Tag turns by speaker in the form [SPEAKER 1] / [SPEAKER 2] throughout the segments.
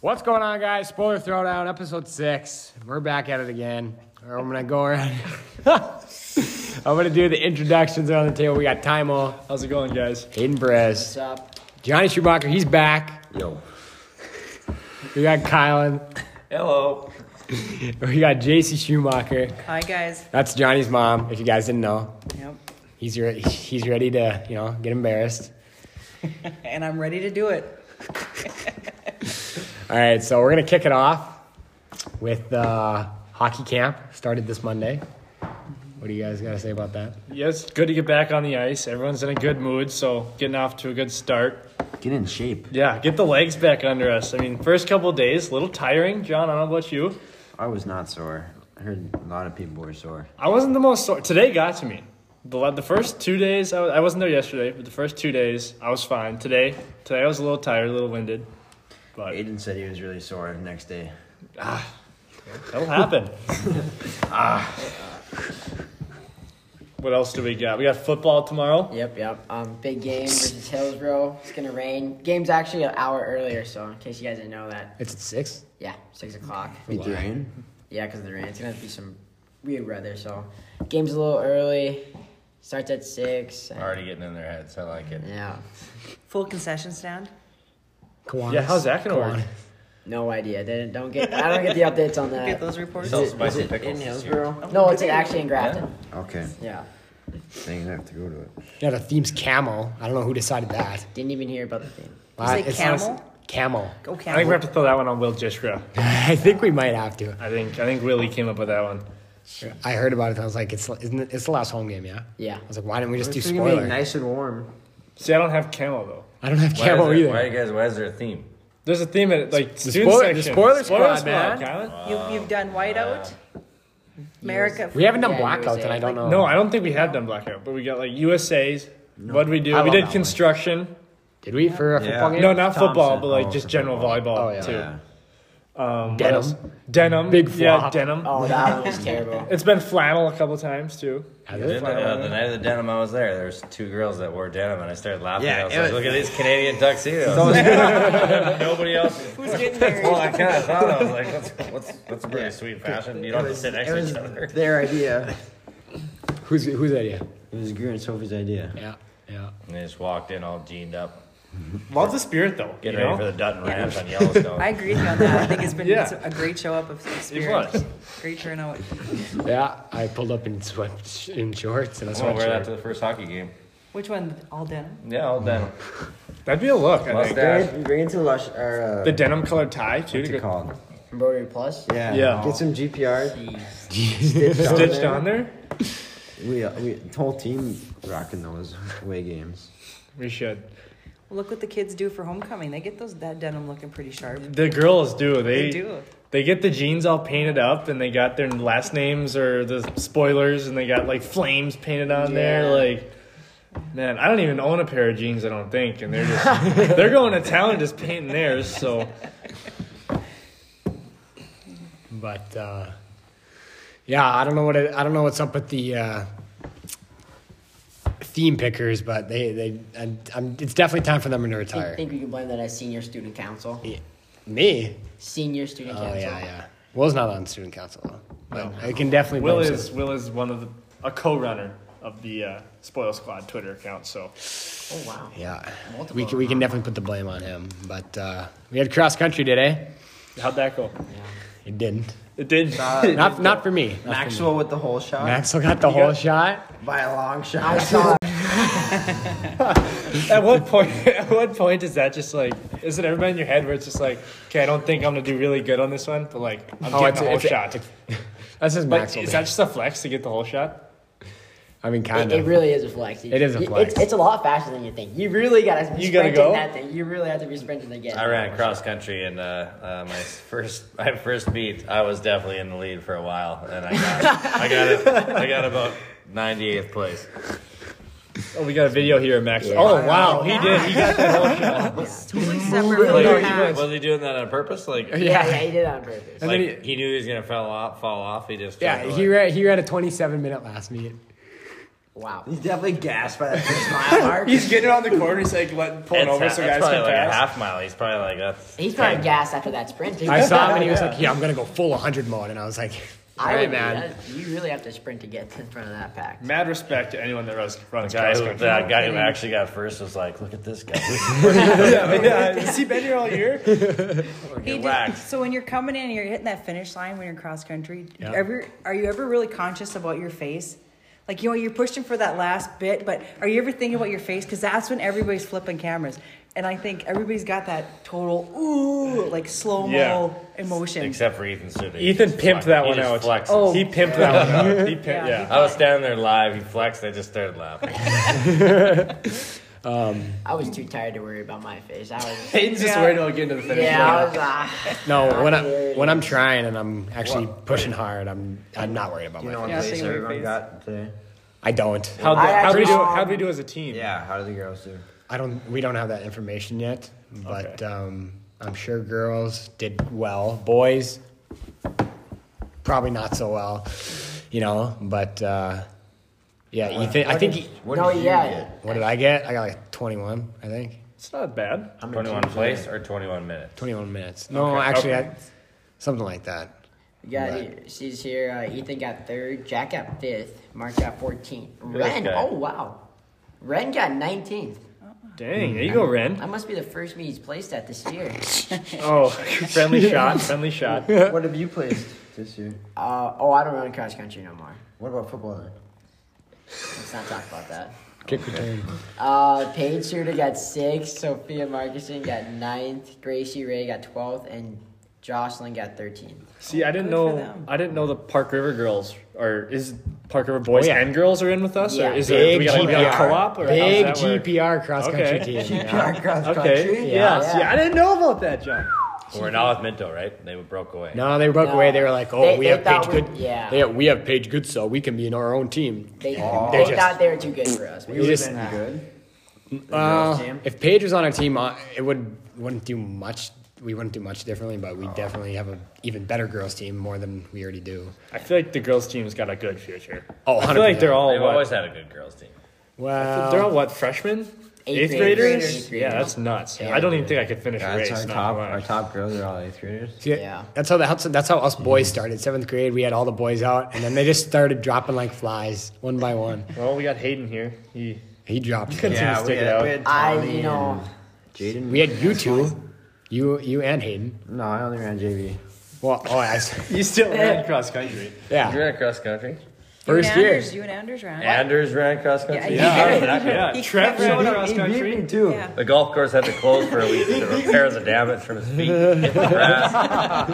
[SPEAKER 1] What's going on, guys? Spoiler Throwdown, episode six. We're back at it again. I'm gonna go around. I'm gonna do the introductions around the table. We got Timo,
[SPEAKER 2] How's it going, guys?
[SPEAKER 1] Hayden Perez, Johnny Schumacher. He's back.
[SPEAKER 3] Yo.
[SPEAKER 1] We got Kylan.
[SPEAKER 3] Hello.
[SPEAKER 1] We got JC Schumacher.
[SPEAKER 4] Hi guys.
[SPEAKER 1] That's Johnny's mom. If you guys didn't know,
[SPEAKER 4] Yep.
[SPEAKER 1] he's re- he's ready to you know get embarrassed.
[SPEAKER 4] And I'm ready to do it.
[SPEAKER 1] All right, so we're gonna kick it off with uh, hockey camp started this Monday. What do you guys gotta say about that?
[SPEAKER 2] Yes, good to get back on the ice. Everyone's in a good mood, so getting off to a good start.
[SPEAKER 3] Get in shape.
[SPEAKER 2] Yeah, get the legs back under us. I mean, first couple of days, a little tiring. John, I don't know about you.
[SPEAKER 3] I was not sore. I heard a lot of people were sore.
[SPEAKER 2] I wasn't the most sore. Today got to me. The, la- the first two days, I, was, I wasn't there yesterday, but the first two days, I was fine. Today, today I was a little tired, a little winded. But
[SPEAKER 3] Aiden said he was really sore the next day.
[SPEAKER 2] that'll happen. ah. What else do we got? We got football tomorrow.
[SPEAKER 5] Yep, yep. Um, big game versus Hillsboro. It's gonna rain. Game's actually an hour earlier, so in case you guys didn't know that,
[SPEAKER 1] It's at six.
[SPEAKER 5] yeah, six o'clock.
[SPEAKER 3] Beat the rain?
[SPEAKER 5] Yeah, because of the rain, it's gonna be some weird weather. So, game's a little early. Starts at six. and-
[SPEAKER 6] Already getting in their heads. I like it.
[SPEAKER 5] Yeah.
[SPEAKER 4] Full concession stand.
[SPEAKER 1] Kiwanis.
[SPEAKER 2] Yeah, how's that gonna work?
[SPEAKER 5] No idea. Didn't don't get. I don't get the updates on
[SPEAKER 4] Get
[SPEAKER 5] that.
[SPEAKER 4] those reports.
[SPEAKER 6] Sell spicy
[SPEAKER 5] it
[SPEAKER 6] pickles.
[SPEAKER 5] in
[SPEAKER 6] this year.
[SPEAKER 5] Hillsboro? No, it's in- actually in Grafton.
[SPEAKER 3] Okay.
[SPEAKER 5] Yeah.
[SPEAKER 3] Then you have to go to it.
[SPEAKER 1] Yeah, the theme's camel. I don't know who decided that.
[SPEAKER 5] Didn't even hear about the theme.
[SPEAKER 1] Wow,
[SPEAKER 4] say
[SPEAKER 1] it's
[SPEAKER 4] camel?
[SPEAKER 1] honest- camel.
[SPEAKER 4] Go
[SPEAKER 2] I think we
[SPEAKER 4] camel.
[SPEAKER 2] have to throw that one on Will Jishra.
[SPEAKER 1] I think we might have to.
[SPEAKER 2] I think I think Willie came up with that one.
[SPEAKER 1] I heard about it. and I was like, it's isn't it, it's the last home game, yeah.
[SPEAKER 5] Yeah.
[SPEAKER 1] I was like, why didn't we just do
[SPEAKER 5] It's gonna
[SPEAKER 1] spoiler?
[SPEAKER 5] be nice and warm.
[SPEAKER 2] See, I don't have camel though.
[SPEAKER 1] I don't have
[SPEAKER 6] Why is
[SPEAKER 1] camel
[SPEAKER 6] there-
[SPEAKER 1] either.
[SPEAKER 6] Why you guys? Why is there a theme?
[SPEAKER 2] There's a theme at like the
[SPEAKER 1] spoiler- the spoiler squad, man.
[SPEAKER 4] You, you've done whiteout. America.
[SPEAKER 1] We haven't done
[SPEAKER 5] Yeah,
[SPEAKER 1] blackouts,
[SPEAKER 5] USA.
[SPEAKER 1] and I don't know.
[SPEAKER 2] No, I don't think we had done blackout, but we got like USA's. What did we do?
[SPEAKER 1] I
[SPEAKER 2] we
[SPEAKER 1] love that
[SPEAKER 2] did
[SPEAKER 1] one.
[SPEAKER 2] construction.
[SPEAKER 1] did we for a
[SPEAKER 3] Yeah.
[SPEAKER 1] football game?
[SPEAKER 2] No, not football,
[SPEAKER 3] Thompson.
[SPEAKER 2] but like
[SPEAKER 3] Oh,
[SPEAKER 2] just
[SPEAKER 3] for
[SPEAKER 2] general volleyball
[SPEAKER 1] Oh, yeah.
[SPEAKER 2] too.
[SPEAKER 3] Yeah.
[SPEAKER 2] Um, what
[SPEAKER 1] Denim.
[SPEAKER 2] else? denim,
[SPEAKER 1] Big
[SPEAKER 2] yeah,
[SPEAKER 1] flop.
[SPEAKER 2] denim.
[SPEAKER 5] Oh, that one was terrible.
[SPEAKER 2] It's been flannel a couple times too.
[SPEAKER 1] I
[SPEAKER 6] The,
[SPEAKER 1] did.
[SPEAKER 6] uh, the night of the denim, I was there. There was two girls that wore denim, and I started laughing.
[SPEAKER 3] Yeah,
[SPEAKER 6] I was
[SPEAKER 3] it
[SPEAKER 6] like,
[SPEAKER 3] was-
[SPEAKER 6] "Look at these Canadian tuxedos." Nobody else.
[SPEAKER 4] Who's getting
[SPEAKER 6] Well,
[SPEAKER 4] married?
[SPEAKER 6] I kind of thought I was like, "What's what's what's a pretty sweet fashion? You don't have to sit next
[SPEAKER 3] it
[SPEAKER 6] to
[SPEAKER 3] was
[SPEAKER 6] each other."
[SPEAKER 3] their idea.
[SPEAKER 1] Who's whose idea?
[SPEAKER 3] It was Greer and Sophie's idea.
[SPEAKER 1] Yeah, yeah.
[SPEAKER 6] And they just walked in all jeaned up,
[SPEAKER 2] Love the spirit though.
[SPEAKER 6] getting
[SPEAKER 2] you know?
[SPEAKER 6] ready for the Dutton Ranch on Yellowstone.
[SPEAKER 4] I agree with you on that. I think it's been
[SPEAKER 2] Yeah.
[SPEAKER 4] a great show up of
[SPEAKER 2] it
[SPEAKER 4] spirit.
[SPEAKER 2] was.
[SPEAKER 4] Great turnout.
[SPEAKER 1] Yeah, I pulled up in sweat in shorts and a
[SPEAKER 6] I'm gonna wear that
[SPEAKER 1] sweatshirt.
[SPEAKER 6] to the first hockey game.
[SPEAKER 4] Which one? All denim.
[SPEAKER 6] Yeah, all denim.
[SPEAKER 2] That'd be a look. I think.
[SPEAKER 6] Mustache.
[SPEAKER 3] Bring, bring it to Lush or uh,
[SPEAKER 2] The denim colored tie too.
[SPEAKER 3] what's
[SPEAKER 2] to
[SPEAKER 3] it
[SPEAKER 2] get
[SPEAKER 3] called?
[SPEAKER 5] Rotary Plus.
[SPEAKER 3] Yeah.
[SPEAKER 2] Yeah.
[SPEAKER 3] Get some GPR.
[SPEAKER 2] Stitched on there.
[SPEAKER 3] We uh, we the whole team rocking those away games.
[SPEAKER 2] We should.
[SPEAKER 4] Look what the kids do for homecoming. They get those that denim looking pretty sharp.
[SPEAKER 2] The girls do.
[SPEAKER 4] They do.
[SPEAKER 2] They get the jeans all painted up and they got their last names or the spoilers and they got like flames painted on there. Like, man, I don't even own a pair of jeans, I don't think. And they're just, they're going to town and just painting theirs. So,
[SPEAKER 1] But uh, yeah, I don't know what it, I don't know what's up with the uh, theme pickers, but they they I, I'm, it's definitely time for them to
[SPEAKER 5] I
[SPEAKER 1] retire.
[SPEAKER 5] think we can blame that as senior student council.
[SPEAKER 1] Yeah. Me?
[SPEAKER 5] Senior student
[SPEAKER 1] Oh
[SPEAKER 5] council.
[SPEAKER 1] yeah, yeah. Will's not on student council though, but I can definitely.
[SPEAKER 2] Will
[SPEAKER 1] blame
[SPEAKER 2] is, Will is one of the, a co runner of the uh, Spoil Squad Twitter account. So,
[SPEAKER 5] Oh wow.
[SPEAKER 1] some- Yeah,
[SPEAKER 5] Multiple.
[SPEAKER 1] we can we can definitely put the blame on him. But uh, we had cross country today.
[SPEAKER 2] how'd that go?
[SPEAKER 1] It didn't.
[SPEAKER 2] It did.
[SPEAKER 1] Not not for me.
[SPEAKER 3] Maxwell with the whole shot
[SPEAKER 1] Maxwell got the whole shot.
[SPEAKER 3] by a long shot.
[SPEAKER 5] I saw.
[SPEAKER 2] at what point? At what point is that just like? Is it everybody in your head where it's just like, okay, I don't think I'm gonna do really good on this one, but like, I'm
[SPEAKER 1] Oh,
[SPEAKER 2] getting
[SPEAKER 1] it's-
[SPEAKER 2] the whole
[SPEAKER 1] it's-
[SPEAKER 2] shot.
[SPEAKER 1] That's just
[SPEAKER 2] But
[SPEAKER 1] Maxwell.
[SPEAKER 2] is that just a flex to get the whole shot?
[SPEAKER 1] I mean,
[SPEAKER 5] It,
[SPEAKER 1] kind
[SPEAKER 5] it
[SPEAKER 1] of.
[SPEAKER 5] really is a flex.
[SPEAKER 1] It is a flex.
[SPEAKER 5] It's, it's a lot faster than you think. You really gotta. Be
[SPEAKER 2] You gotta
[SPEAKER 5] sprinting
[SPEAKER 2] go?
[SPEAKER 5] That thing. You really have to be sprinting to get.
[SPEAKER 6] I
[SPEAKER 5] it.
[SPEAKER 6] ran cross country and uh, uh, my first my first meet, I was definitely in the lead for a while, and I got I got it I got about 98th place.
[SPEAKER 2] Oh, we got a video here, Max.
[SPEAKER 5] Yeah.
[SPEAKER 2] Oh wow, he did. He got that whole shot.
[SPEAKER 4] Totally separate from
[SPEAKER 6] Like,
[SPEAKER 4] the pack.
[SPEAKER 6] was he doing that on purpose? Like, like
[SPEAKER 5] Yeah, yeah, he did it on purpose.
[SPEAKER 1] then
[SPEAKER 6] he, knew he was gonna fall off. Fall off. He just
[SPEAKER 1] Yeah,
[SPEAKER 6] tried to,
[SPEAKER 1] he
[SPEAKER 6] like-
[SPEAKER 1] ran, he ran a 27 minute last meet.
[SPEAKER 5] Wow.
[SPEAKER 3] He's definitely gassed by that first mile.
[SPEAKER 5] Mark,
[SPEAKER 7] He's getting around the corner. He's like let, pulling
[SPEAKER 6] It's
[SPEAKER 7] over
[SPEAKER 6] ha-
[SPEAKER 7] so
[SPEAKER 6] it's
[SPEAKER 7] guys
[SPEAKER 6] probably
[SPEAKER 7] can
[SPEAKER 6] like a
[SPEAKER 7] pass.
[SPEAKER 6] half mile. He's probably like that's.
[SPEAKER 5] he's probably gassed after that sprint. Too.
[SPEAKER 1] I saw him and he was like, "Yeah, I'm gonna go full 100 mode," and I was like, "All
[SPEAKER 5] I
[SPEAKER 1] right,
[SPEAKER 5] would be.
[SPEAKER 1] man."
[SPEAKER 5] That- You really have to sprint to get in front of that pack.
[SPEAKER 2] Mad respect to anyone that runs, runs
[SPEAKER 6] Guy
[SPEAKER 2] cross
[SPEAKER 6] who,
[SPEAKER 2] country.
[SPEAKER 6] that guy who actually got first was like, look at this guy.
[SPEAKER 2] yeah, has he been here all year?
[SPEAKER 4] He did-
[SPEAKER 6] waxed.
[SPEAKER 4] so when you're coming in and you're hitting that finish line when you're cross country, ever are you ever really conscious about your face? Like you know you're pushing for that last bit, but are you ever thinking about your face? Because that's when everybody's flipping cameras, and I think everybody's got that total ooh like slow mo
[SPEAKER 2] Yeah.
[SPEAKER 4] emotion.
[SPEAKER 6] Except for Ethan Suda. He
[SPEAKER 2] Ethan
[SPEAKER 6] just
[SPEAKER 2] pimped
[SPEAKER 6] flexed.
[SPEAKER 2] that
[SPEAKER 6] He
[SPEAKER 2] one
[SPEAKER 6] just
[SPEAKER 2] out.
[SPEAKER 6] flexes.
[SPEAKER 4] Oh.
[SPEAKER 2] He pimped that one out. He pimped, yeah.
[SPEAKER 4] Yeah.
[SPEAKER 6] I was standing there live. He flexed. I just started laughing.
[SPEAKER 5] I was too tired to worry about my face. I was.
[SPEAKER 7] Hayden's just
[SPEAKER 4] Yeah.
[SPEAKER 7] worried about getting to the finish
[SPEAKER 5] Yeah, I
[SPEAKER 7] line.
[SPEAKER 5] was. Uh,
[SPEAKER 1] No, when I
[SPEAKER 5] Popularity.
[SPEAKER 1] when I'm trying and I'm actually pushing hard, I'm I'm not worried about
[SPEAKER 3] You
[SPEAKER 1] my.
[SPEAKER 3] know what
[SPEAKER 4] Yeah,
[SPEAKER 3] place
[SPEAKER 4] same with
[SPEAKER 3] everyone
[SPEAKER 4] face.
[SPEAKER 3] got today?
[SPEAKER 1] I don't.
[SPEAKER 2] How'd,
[SPEAKER 5] I
[SPEAKER 2] the, how'd, we do,
[SPEAKER 5] actually-
[SPEAKER 2] how'd we do as a team?
[SPEAKER 3] Yeah, how do the girls do?
[SPEAKER 1] I don't. We don't have that information yet, but um, I'm sure girls did well. Boys, probably not so well. You know, but uh, yeah, Ethan. I think. He,
[SPEAKER 3] What
[SPEAKER 5] no,
[SPEAKER 3] did you
[SPEAKER 5] yeah.
[SPEAKER 3] get?
[SPEAKER 1] what did I get? I got like 21. I think
[SPEAKER 2] It's not bad.
[SPEAKER 3] in
[SPEAKER 6] 21
[SPEAKER 3] teams
[SPEAKER 6] place or 21 minutes?
[SPEAKER 1] 21 minutes. No, actually, I, something like that.
[SPEAKER 5] We got she's here. Uh, Ethan got third. Jack got fifth. Mark got 14th.
[SPEAKER 6] at this
[SPEAKER 5] Ren.
[SPEAKER 6] guy.
[SPEAKER 5] Oh wow. Ren got 19th.
[SPEAKER 2] Dang, there you go, Ren.
[SPEAKER 5] That must be the first meet he's placed at this year.
[SPEAKER 2] Oh, friendly shot, friendly shot.
[SPEAKER 3] What have you placed this year?
[SPEAKER 5] Uh, oh, I don't run cross country no more.
[SPEAKER 3] What about football then?
[SPEAKER 5] Let's not talk about that.
[SPEAKER 1] Kick return.
[SPEAKER 5] Uh, Paige Suter got sixth. Sophia Markinson got ninth. Gracie Ray got 12th, and Jocelyn got 13th.
[SPEAKER 2] See, I didn't
[SPEAKER 4] Good for
[SPEAKER 2] know.
[SPEAKER 4] them.
[SPEAKER 2] I didn't know the Park River girls or is Park River boys
[SPEAKER 1] Oh, yeah.
[SPEAKER 2] and girls are in with us,
[SPEAKER 5] Yeah.
[SPEAKER 2] or is there, do we got, we got a co-op or
[SPEAKER 1] Big
[SPEAKER 2] how does that work?
[SPEAKER 1] GPR cross country
[SPEAKER 2] Okay.
[SPEAKER 1] team. yeah.
[SPEAKER 2] Okay,
[SPEAKER 1] Yeah.
[SPEAKER 2] yeah. See, I didn't know about that, John.
[SPEAKER 6] We're not with Minto, right? They broke away.
[SPEAKER 1] No, they broke
[SPEAKER 5] No.
[SPEAKER 1] away. They were like, "Oh,
[SPEAKER 5] They-
[SPEAKER 1] we
[SPEAKER 5] they
[SPEAKER 1] have Paige
[SPEAKER 5] thought we-
[SPEAKER 1] Good.
[SPEAKER 5] yeah.
[SPEAKER 1] they- we have Paige Good, so we can be in our own team."
[SPEAKER 5] They,
[SPEAKER 1] They're
[SPEAKER 5] they
[SPEAKER 1] just-
[SPEAKER 5] thought they were too good for us.
[SPEAKER 1] You just,
[SPEAKER 3] good.
[SPEAKER 1] uh,
[SPEAKER 5] team?
[SPEAKER 1] if Paige was on our team, uh, it would wouldn't do much. We wouldn't do much differently, but
[SPEAKER 5] Oh.
[SPEAKER 1] we definitely have an even better girls team more than we already do.
[SPEAKER 2] I feel like the girls' team's got a good future.
[SPEAKER 1] Oh,
[SPEAKER 2] I feel like
[SPEAKER 1] 100%.
[SPEAKER 2] they're all
[SPEAKER 6] They've always
[SPEAKER 2] what,
[SPEAKER 6] had a good girls team.
[SPEAKER 1] Well,
[SPEAKER 2] they're all what freshmen,
[SPEAKER 5] Eighth
[SPEAKER 2] eighth,
[SPEAKER 5] graders.
[SPEAKER 2] graders.
[SPEAKER 5] Eighth graders.
[SPEAKER 2] Yeah, that's nuts. I don't even think I could finish a race.
[SPEAKER 3] That's our
[SPEAKER 2] not
[SPEAKER 3] top.
[SPEAKER 2] gonna lie.
[SPEAKER 3] Our top girls are all eighth graders.
[SPEAKER 1] See,
[SPEAKER 5] Yeah.
[SPEAKER 1] That's how the, that's, that's how us boys
[SPEAKER 2] Mm-hmm.
[SPEAKER 1] started. Seventh grade, we had all the boys out, and then they just started dropping like flies, one by one.
[SPEAKER 2] Well, we got Hayden here. He
[SPEAKER 1] He dropped.
[SPEAKER 2] Yeah, we had- we had
[SPEAKER 5] I, you know,
[SPEAKER 3] Jaden.
[SPEAKER 1] We had you two, you you and Hayden.
[SPEAKER 3] No, I only ran JV.
[SPEAKER 1] Well, oh, I s
[SPEAKER 2] you still ran cross country.
[SPEAKER 1] yeah,
[SPEAKER 6] ran cross country.
[SPEAKER 1] first
[SPEAKER 4] you and
[SPEAKER 1] year.
[SPEAKER 4] Anders, you and Anders ran.
[SPEAKER 6] Anders ran cross country.
[SPEAKER 4] Yeah,
[SPEAKER 6] How did that go?
[SPEAKER 2] Yeah,
[SPEAKER 4] He
[SPEAKER 2] Trev
[SPEAKER 4] kept
[SPEAKER 2] ran
[SPEAKER 4] showing
[SPEAKER 2] cross country.
[SPEAKER 3] too.
[SPEAKER 4] Yeah.
[SPEAKER 6] The golf course had to close for a week to repair the damage from his feet. Hit the grass.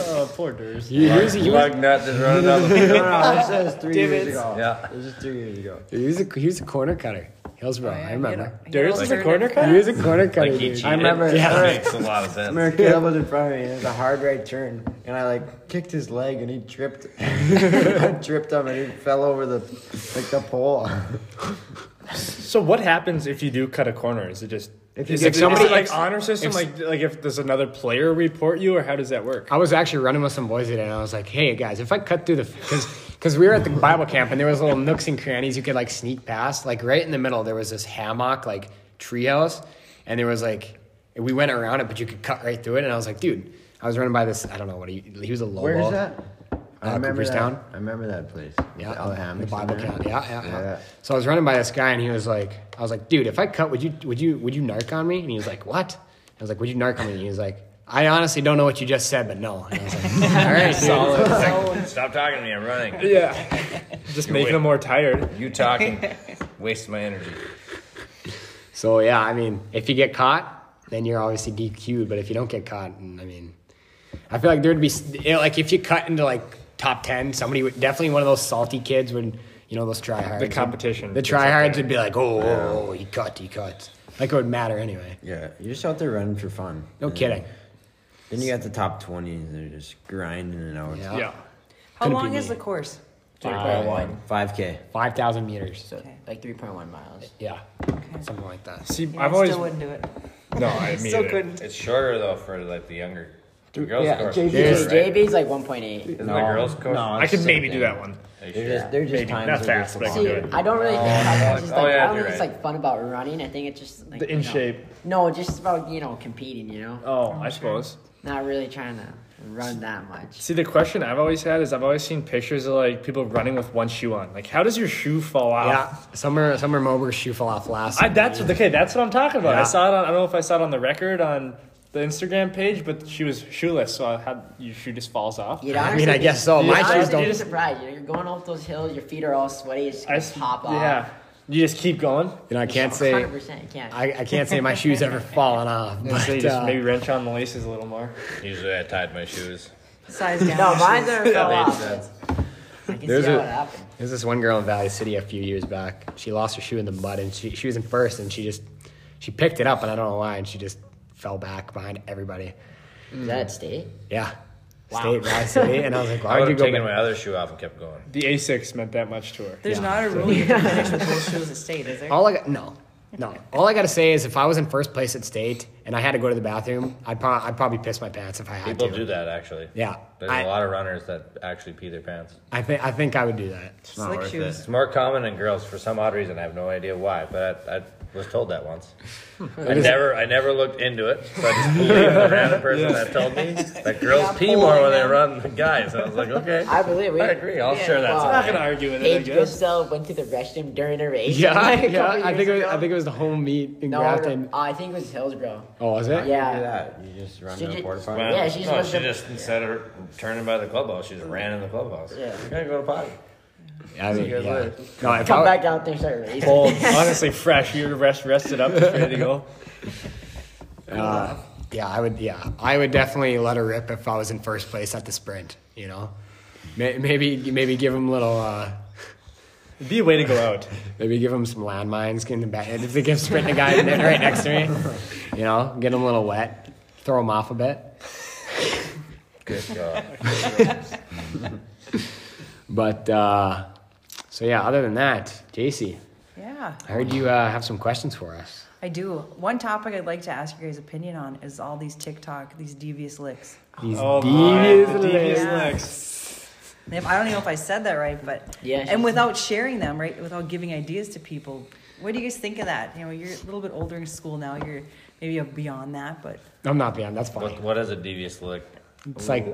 [SPEAKER 2] Oh, poor Durs.
[SPEAKER 1] You, he was, he, was,
[SPEAKER 6] Lug nut just running down the field.
[SPEAKER 3] No, no, this is three years
[SPEAKER 2] Divots.
[SPEAKER 3] ago.
[SPEAKER 6] Yeah.
[SPEAKER 3] This is three years ago.
[SPEAKER 1] he was a he was a corner cutter. Hillsborough,
[SPEAKER 3] Oh,
[SPEAKER 1] I remember.
[SPEAKER 2] Durs is a corner
[SPEAKER 1] He
[SPEAKER 2] cut.
[SPEAKER 1] was a corner cutter.
[SPEAKER 6] Like he
[SPEAKER 1] dude.
[SPEAKER 6] cheated.
[SPEAKER 3] I remember-
[SPEAKER 6] That
[SPEAKER 3] yeah.
[SPEAKER 6] makes a lot of sense.
[SPEAKER 3] Remember, Caleb was in front of me. and It was a hard right turn, and I like kicked his leg, and he tripped. I tripped him, and he fell over the like the pole.
[SPEAKER 2] So what happens if you do cut a corner? Is it just
[SPEAKER 3] If you
[SPEAKER 2] is
[SPEAKER 3] get
[SPEAKER 2] it, is it
[SPEAKER 1] somebody-
[SPEAKER 2] like
[SPEAKER 1] if-
[SPEAKER 2] honor system?
[SPEAKER 1] if-
[SPEAKER 2] like like if does another player report you or how does that work?
[SPEAKER 1] I was actually running with some boys today, and I was like, "Hey guys, if I cut through the because because we were at the Bible camp and there was little nooks and crannies you could like sneak past. Like right in the middle, there was this hammock like tree house, and there was like we went around it, but you could cut right through it. And I was like, "Dude, I was running by this. I don't know what he he was a low.
[SPEAKER 3] Where
[SPEAKER 1] ball.
[SPEAKER 3] is that?
[SPEAKER 1] Uh, Cooperstown?
[SPEAKER 3] that. I remember that place.
[SPEAKER 1] Yeah,
[SPEAKER 3] all hammocks
[SPEAKER 1] the
[SPEAKER 3] in
[SPEAKER 1] Bible
[SPEAKER 3] there.
[SPEAKER 1] camp. Yeah, yeah, yeah,
[SPEAKER 3] Yeah.
[SPEAKER 1] So I was running by this guy, and he was like, "I was like, dude, if I cut, would you, would you, would you narc on me?" And he was like, "What?" I was like, "Would you narc on me?" And he was like, "I honestly don't know what you just said, but no." And I was like, "All right, solid."
[SPEAKER 6] Stop talking to me. I'm running.
[SPEAKER 2] Yeah, just making
[SPEAKER 6] wait.
[SPEAKER 2] them more tired.
[SPEAKER 6] You talking wastes my energy.
[SPEAKER 1] So yeah, I mean, if you get caught, then you're obviously DQ'd. But if you don't get caught, and I mean, I feel like there'd be you know, like if you cut into like top ten, somebody would definitely one of those salty kids would you know those tryhards.
[SPEAKER 2] The competition.
[SPEAKER 1] The
[SPEAKER 2] gets up there.
[SPEAKER 1] tryhards would be like, "Oh, oh, oh, he cut, he cut." Like it would matter anyway.
[SPEAKER 3] Yeah, you're just out there running for fun.
[SPEAKER 1] No
[SPEAKER 3] And
[SPEAKER 1] kidding.
[SPEAKER 3] Then you got the top 20, and they're just grinding it out.
[SPEAKER 1] Yeah.
[SPEAKER 2] Yeah.
[SPEAKER 4] How
[SPEAKER 1] Couldn't
[SPEAKER 4] long
[SPEAKER 1] be
[SPEAKER 4] is
[SPEAKER 1] me.
[SPEAKER 4] the course?
[SPEAKER 5] 3.1.
[SPEAKER 3] 5K.
[SPEAKER 1] Five thousand meters.
[SPEAKER 5] So like 3.1 miles.
[SPEAKER 1] Yeah. Something like that.
[SPEAKER 2] See,
[SPEAKER 4] Yeah,
[SPEAKER 2] I've
[SPEAKER 4] I
[SPEAKER 2] always
[SPEAKER 4] still wouldn't do it.
[SPEAKER 2] no. I mean,
[SPEAKER 4] Still couldn't.
[SPEAKER 6] It's shorter though for like the younger The girls'
[SPEAKER 3] yeah,
[SPEAKER 6] course.
[SPEAKER 3] JB.
[SPEAKER 6] Is
[SPEAKER 5] Because
[SPEAKER 6] it, right?
[SPEAKER 5] JB's like 1.8.
[SPEAKER 6] Isn't the girls' course?
[SPEAKER 3] No,
[SPEAKER 2] I
[SPEAKER 3] it's
[SPEAKER 2] could
[SPEAKER 3] the same
[SPEAKER 2] maybe do
[SPEAKER 3] thing.
[SPEAKER 2] that one.
[SPEAKER 6] Are
[SPEAKER 3] They're
[SPEAKER 6] you sure?
[SPEAKER 3] just, they're just
[SPEAKER 2] Maybe.
[SPEAKER 3] times
[SPEAKER 2] Not
[SPEAKER 3] are
[SPEAKER 2] fast,
[SPEAKER 3] just
[SPEAKER 2] but I can
[SPEAKER 5] See,
[SPEAKER 2] do it.
[SPEAKER 5] I don't really think about just
[SPEAKER 6] Oh,
[SPEAKER 5] like
[SPEAKER 6] yeah,
[SPEAKER 5] I don't
[SPEAKER 6] you're
[SPEAKER 5] think it's
[SPEAKER 6] right.
[SPEAKER 5] like fun about running. I think it's just like
[SPEAKER 2] The in
[SPEAKER 5] you know.
[SPEAKER 2] shape.
[SPEAKER 5] No, just about you know competing. You know,
[SPEAKER 2] Oh, I suppose.
[SPEAKER 5] not really trying to run that much.
[SPEAKER 2] See, the question I've always had is I've always seen pictures of like people running with one shoe on. Like, how does your shoe fall off?
[SPEAKER 1] Yeah, summer summer Mober's shoe fell off last.
[SPEAKER 2] I, that's what, okay. That's what I'm talking about.
[SPEAKER 1] Yeah.
[SPEAKER 2] I saw it on. I don't know if I saw it on the record on the Instagram page, but she was shoeless, so I had your shoe just falls off.
[SPEAKER 5] You'd
[SPEAKER 1] I
[SPEAKER 5] honestly
[SPEAKER 1] mean, I
[SPEAKER 5] be-
[SPEAKER 1] guess so.
[SPEAKER 5] you'd
[SPEAKER 1] My
[SPEAKER 5] honestly
[SPEAKER 1] shoes
[SPEAKER 5] be
[SPEAKER 1] don't-
[SPEAKER 5] surprised. You know, you're going off those hills. Your feet are all sweaty. It's
[SPEAKER 2] I
[SPEAKER 5] gonna
[SPEAKER 2] s-
[SPEAKER 5] pop off.
[SPEAKER 2] Yeah, you just keep going.
[SPEAKER 1] You know, I can't say
[SPEAKER 5] 100 percent you can't.
[SPEAKER 1] I, I can't say my shoes ever fallen off.
[SPEAKER 2] And so you
[SPEAKER 1] But,
[SPEAKER 2] just
[SPEAKER 1] uh,
[SPEAKER 2] maybe wrench on the laces a little more.
[SPEAKER 6] Usually I tied my shoes.
[SPEAKER 4] Size down.
[SPEAKER 5] no, mine never fell
[SPEAKER 6] That made
[SPEAKER 5] off.
[SPEAKER 6] sense.
[SPEAKER 5] I can
[SPEAKER 1] There's
[SPEAKER 5] see how
[SPEAKER 1] a-
[SPEAKER 5] it happened.
[SPEAKER 1] There's this one girl in Valley City a few years back. She lost her shoe in the mud, and she she was in first, and she just she picked it up, and I don't know why, and she just fell back behind everybody.
[SPEAKER 5] Is that at state?
[SPEAKER 1] Yeah,
[SPEAKER 5] Wow.
[SPEAKER 1] state Valley City, and I was like,
[SPEAKER 6] I
[SPEAKER 1] why
[SPEAKER 6] would
[SPEAKER 1] would you
[SPEAKER 6] have
[SPEAKER 1] go?
[SPEAKER 6] taken
[SPEAKER 1] Back?
[SPEAKER 6] my other shoe off and kept going.
[SPEAKER 2] The Asics meant that much to her.
[SPEAKER 4] There's not a rule you can finish with both shoes at state, is there?
[SPEAKER 1] All I got, no, no. All I gotta say is, if I was in first place at state and I had to go to the bathroom, I'd, pro- I'd probably piss my pants if I had
[SPEAKER 6] People
[SPEAKER 1] to.
[SPEAKER 6] do that actually.
[SPEAKER 1] Yeah,
[SPEAKER 6] There's
[SPEAKER 1] I,
[SPEAKER 6] a lot of runners that actually pee their pants.
[SPEAKER 1] I think I think I would do that.
[SPEAKER 4] Slick shoes.
[SPEAKER 6] It's more common in girls for some odd reason. I have no idea why, but I, I was told that once. I never, I never looked into it. So I just believed the random person that told me that girls
[SPEAKER 4] Yeah,
[SPEAKER 6] pee more when they
[SPEAKER 4] pulling
[SPEAKER 6] run than guys. And I was like, okay,
[SPEAKER 5] I believe we.
[SPEAKER 6] I agree. I'll
[SPEAKER 5] yeah,
[SPEAKER 6] share that.
[SPEAKER 5] well,
[SPEAKER 2] I'm not
[SPEAKER 6] someday.
[SPEAKER 2] gonna argue with it. I
[SPEAKER 5] Paige
[SPEAKER 2] guess.
[SPEAKER 5] Griselle went to the restroom during a race.
[SPEAKER 1] Yeah,
[SPEAKER 5] like, a
[SPEAKER 1] yeah.
[SPEAKER 5] couple
[SPEAKER 1] I think it
[SPEAKER 5] years
[SPEAKER 1] was, I
[SPEAKER 5] ago.
[SPEAKER 1] think it was the home meet in
[SPEAKER 5] No,
[SPEAKER 1] Grafton.
[SPEAKER 5] I think it was Hillsboro.
[SPEAKER 1] Oh, was it?
[SPEAKER 5] Yeah.
[SPEAKER 3] Do that. You just run
[SPEAKER 5] She
[SPEAKER 3] to the
[SPEAKER 5] ju-
[SPEAKER 3] porta potty.
[SPEAKER 6] Well,
[SPEAKER 5] Yeah, she just
[SPEAKER 6] no,
[SPEAKER 5] went
[SPEAKER 6] she
[SPEAKER 5] to-
[SPEAKER 6] just instead of turning by the clubhouse, she just ran in the clubhouse.
[SPEAKER 5] Yeah.
[SPEAKER 6] you gotta go to potty.
[SPEAKER 1] I mean, yeah.
[SPEAKER 6] guys
[SPEAKER 1] No,
[SPEAKER 6] later.
[SPEAKER 1] if I
[SPEAKER 5] Come
[SPEAKER 1] were-
[SPEAKER 5] back out there, and start racing.
[SPEAKER 2] Old, honestly, fresh. You're rest, rested up, just ready to go.
[SPEAKER 1] Uh, yeah, I would. Yeah, I would definitely let her rip if I was in first place at the sprint. You know, May- maybe maybe give him little. Uh,
[SPEAKER 2] It'd be a way to go out.
[SPEAKER 1] maybe give him some landmines. In the back. If they give sprint a guy right next to me, you know, get him a little wet, throw him off a bit.
[SPEAKER 6] Good God.
[SPEAKER 1] But uh, so yeah, other than that, JC,
[SPEAKER 4] Yeah,
[SPEAKER 1] I heard you uh, have some questions for us.
[SPEAKER 4] I do. One topic I'd like to ask your guys' opinion on is all these TikTok, these devious licks.
[SPEAKER 1] These
[SPEAKER 2] Oh
[SPEAKER 1] devious
[SPEAKER 2] my, the devious
[SPEAKER 1] licks.
[SPEAKER 2] legs.
[SPEAKER 4] And If, I don't even know if I said that right, but
[SPEAKER 5] Yeah, she
[SPEAKER 4] and without sharing them, right? Without giving ideas to people, what do you guys think of that? You know, you're a little bit older in school now. You're maybe you're beyond that, but
[SPEAKER 1] I'm not beyond. That's
[SPEAKER 6] What,
[SPEAKER 1] fine.
[SPEAKER 6] what is a devious look?
[SPEAKER 1] It's like